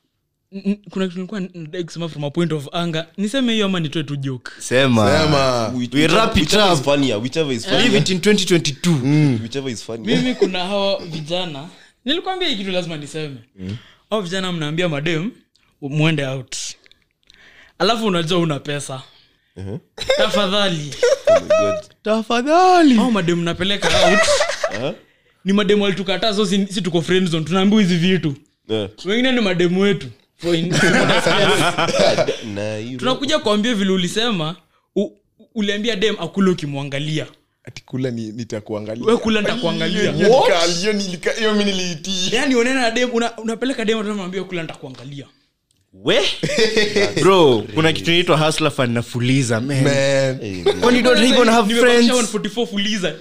Speaker 5: N- n- kuna kitu nilikuwa nataka kusema from a point of anger niseme hiyo ama nitoe tu joke
Speaker 3: sema
Speaker 1: Sema.
Speaker 3: we wrap it
Speaker 2: whichever is
Speaker 3: up
Speaker 2: funnier whichever is
Speaker 3: leave
Speaker 2: funnier
Speaker 3: it in 2022
Speaker 2: whichever is oh funnier
Speaker 5: mimi kuna hawa vijana nilikwambia hii kitu lazima niseme hao vijana mnaambia madem mwende out alafu unajua una pesa tafadhali
Speaker 2: oh my god
Speaker 3: tafadhali
Speaker 5: au madem napeleka out ni mademu walitukataa so si, si tuko friend zone tunaambiwa hizi vitu
Speaker 2: Eh.
Speaker 5: wengine ni mademu wetu For in-
Speaker 2: na hiyo
Speaker 5: [LAUGHS] tunakuja kuambia vile ulisema u, u- uliambia dem akule ukimwangalia
Speaker 1: Ati kula ni- nitakuangalia.
Speaker 5: we kula
Speaker 1: Hiyo
Speaker 5: ntakuangalia
Speaker 1: nika- hiyo nilika- hiyo mi niliitii.
Speaker 5: yaani unaenda na dem una, unapeleka dem unamwambia kula ntakuangalia
Speaker 3: [LAUGHS] we bro kuna kitu inaitwa hasla fan nafuliza man
Speaker 1: Man.
Speaker 3: when you don't you gonna have
Speaker 5: Nimebakisha
Speaker 3: friends
Speaker 5: 144 fuliza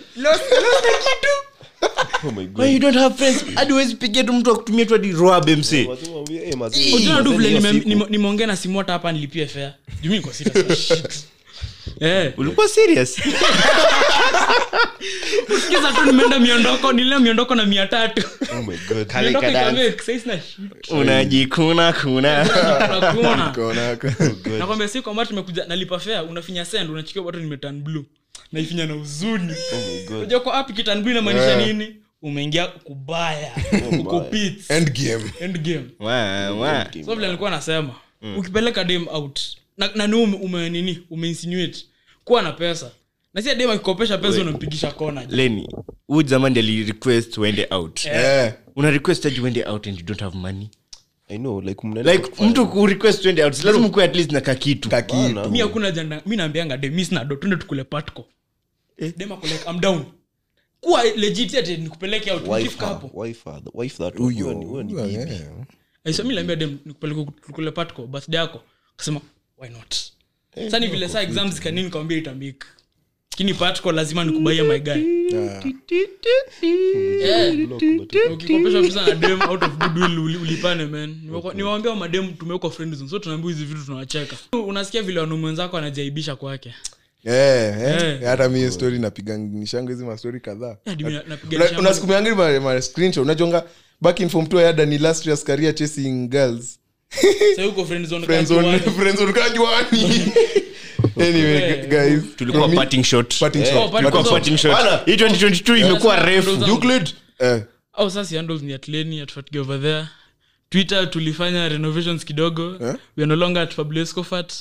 Speaker 2: oh my god
Speaker 3: when you don't have friends hadi wezi pigia tu mtu akutumia tu hadi roabe msee
Speaker 2: Watu waambie, eh, maziwa.
Speaker 5: Ujua tu
Speaker 2: Maziwa
Speaker 5: vile
Speaker 2: hiyo
Speaker 5: nime-
Speaker 2: siku.
Speaker 5: nime- nimeongea na simota hapa nilipie fea jumi niko sita sasa. Shit. Eh,
Speaker 3: ulikuwa serious
Speaker 5: sikiza tu nimeenda miondoko nilea miondoko na mia tatu
Speaker 2: oh my god
Speaker 3: Kale
Speaker 5: Miondoko
Speaker 3: kadance.
Speaker 5: ikaambia, "Exercise na shit."
Speaker 3: unajikuna
Speaker 5: [LAUGHS]
Speaker 3: kuna
Speaker 1: [LAUGHS]
Speaker 5: Hakuna.
Speaker 1: Kona
Speaker 2: Oh,
Speaker 1: yako.
Speaker 5: nakwambia si kwamba tumekuja nalipa fea unafinya send unachikia bado nimetan blue naifinya na huzuni unajua kwa app kitan blue inamaanisha nini umeingia kubaya uko pits
Speaker 1: End game.
Speaker 5: end game
Speaker 3: Wa- wa.
Speaker 5: so vile alikuwa anasema ukipeleka dem out na, na ni ume, ume nini umeinsinuate kuwa na pesa na si dem akikopesha pesa unampigisha kona
Speaker 3: leni huyu jamani alirequest uende out
Speaker 1: Eh.
Speaker 3: una request aje uende out and you don't have money
Speaker 2: i know like mnaenda
Speaker 3: like mtu ku request uende out si lazima kuwe at least na kakitu
Speaker 1: Kaki.
Speaker 2: Bana.
Speaker 5: mi hakuna jana mi naambianga dem mi sina do twende tukule patko dem ako like, I'm down kuwa legit ati nikupeleke out
Speaker 2: Wife
Speaker 5: nikifika
Speaker 2: her,
Speaker 5: hapo
Speaker 2: wife her, wife that oh,
Speaker 1: Huyo.
Speaker 2: one. Huyo ni- huyo ni bibi.
Speaker 1: Eh.
Speaker 5: aisa mi laambia dem nikupeleke tukule patko birthday yako kasema why not sani vile saa exams kanini kawambia itamik lakini patko lazima nikubaia my guy yeah. ukikopesha pesa na dem out of goodwill uli- ulipane man Niwako- niwaambia madem tumewekwa friend zone so tunaambia hizi vitu tunawacheka unasikia vile wanaume wenzako anajaibisha kwake
Speaker 1: Eh, eh.
Speaker 5: Eh.
Speaker 1: hata mi story napiganishangu hizi mastori kadhaa
Speaker 5: Hadi mimi na- napiga
Speaker 1: Una-
Speaker 5: shamba.
Speaker 1: unasukumianga hivi ma- ma- screenshot. unajonga back in form two I had an illustrious career chasing girls
Speaker 5: Sasa yuko friend zone
Speaker 1: Friends
Speaker 5: kati
Speaker 1: on-
Speaker 5: wake.
Speaker 1: [LAUGHS] friends on [LAUGHS] kajuani. Anyway,
Speaker 5: Eh.
Speaker 1: guys
Speaker 3: tulikuwa
Speaker 1: from me-
Speaker 3: parting shot
Speaker 1: parting
Speaker 5: Eh,
Speaker 1: shot. Parting
Speaker 3: Tulikuwa
Speaker 5: parting
Speaker 1: shot.
Speaker 3: parting shot. hii 2022 imekuwa refu
Speaker 1: Euclid. Eh.
Speaker 5: au Oh, sasa handles ni atleni at fatge over there twitter tulifanya renovations kidogo
Speaker 1: Eh?
Speaker 5: we are no longer at pablo escofat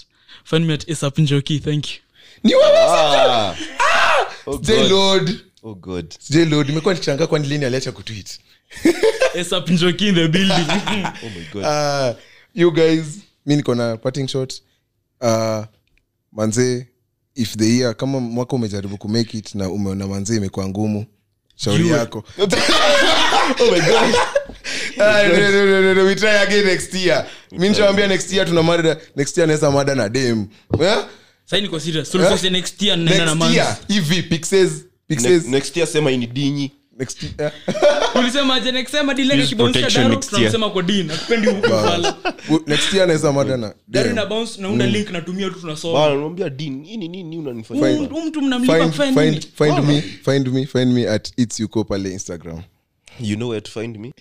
Speaker 5: find me at asap njoki thank you [LAUGHS]
Speaker 1: ni
Speaker 2: Oh God.
Speaker 1: wewelod
Speaker 2: Oh God.
Speaker 1: sijlod imekuwa nikishangaa kwani lini aliacha kutwit
Speaker 5: asap njoki in the building [LAUGHS]
Speaker 2: Oh my God.
Speaker 1: Ah, you guys mi niko na parting shot Ah, manzee if the year kama mwaka umejaribu kumake it na umeona manzee imekuwa ngumu shauri
Speaker 5: Jiwe.
Speaker 1: yako Ah, no, no, no, no, no, we try again next year mi nishawambia next year tuna mada next year naweza mada na dem Eh?
Speaker 5: Sasa niko serious. Tulikuwa
Speaker 1: Eh?
Speaker 5: next year nenda na
Speaker 1: next
Speaker 5: Mans.
Speaker 1: year hivi pixels [LAUGHS] pixels
Speaker 2: Ne- next year sema hii ni dinyi
Speaker 1: next year eh?
Speaker 5: Ulisema aje next time hadi leo kibounce
Speaker 3: protection
Speaker 5: Daru
Speaker 3: next year.
Speaker 5: tunasema kwa Dean. Hatupendi huku wala.
Speaker 1: U- [LAUGHS] next year naweza mada na
Speaker 5: Daru
Speaker 1: dem.
Speaker 5: ina bounce naunda
Speaker 1: Mm.
Speaker 5: link natumia tu tunasoma.
Speaker 2: Bana, namwambia din hii ni nini unanifanyia
Speaker 5: Huyu huyu mtu mnamlipa
Speaker 1: find
Speaker 5: fine
Speaker 1: find
Speaker 5: nini?
Speaker 1: find me find me find me at it's yuko pale instagram
Speaker 2: you know where to find me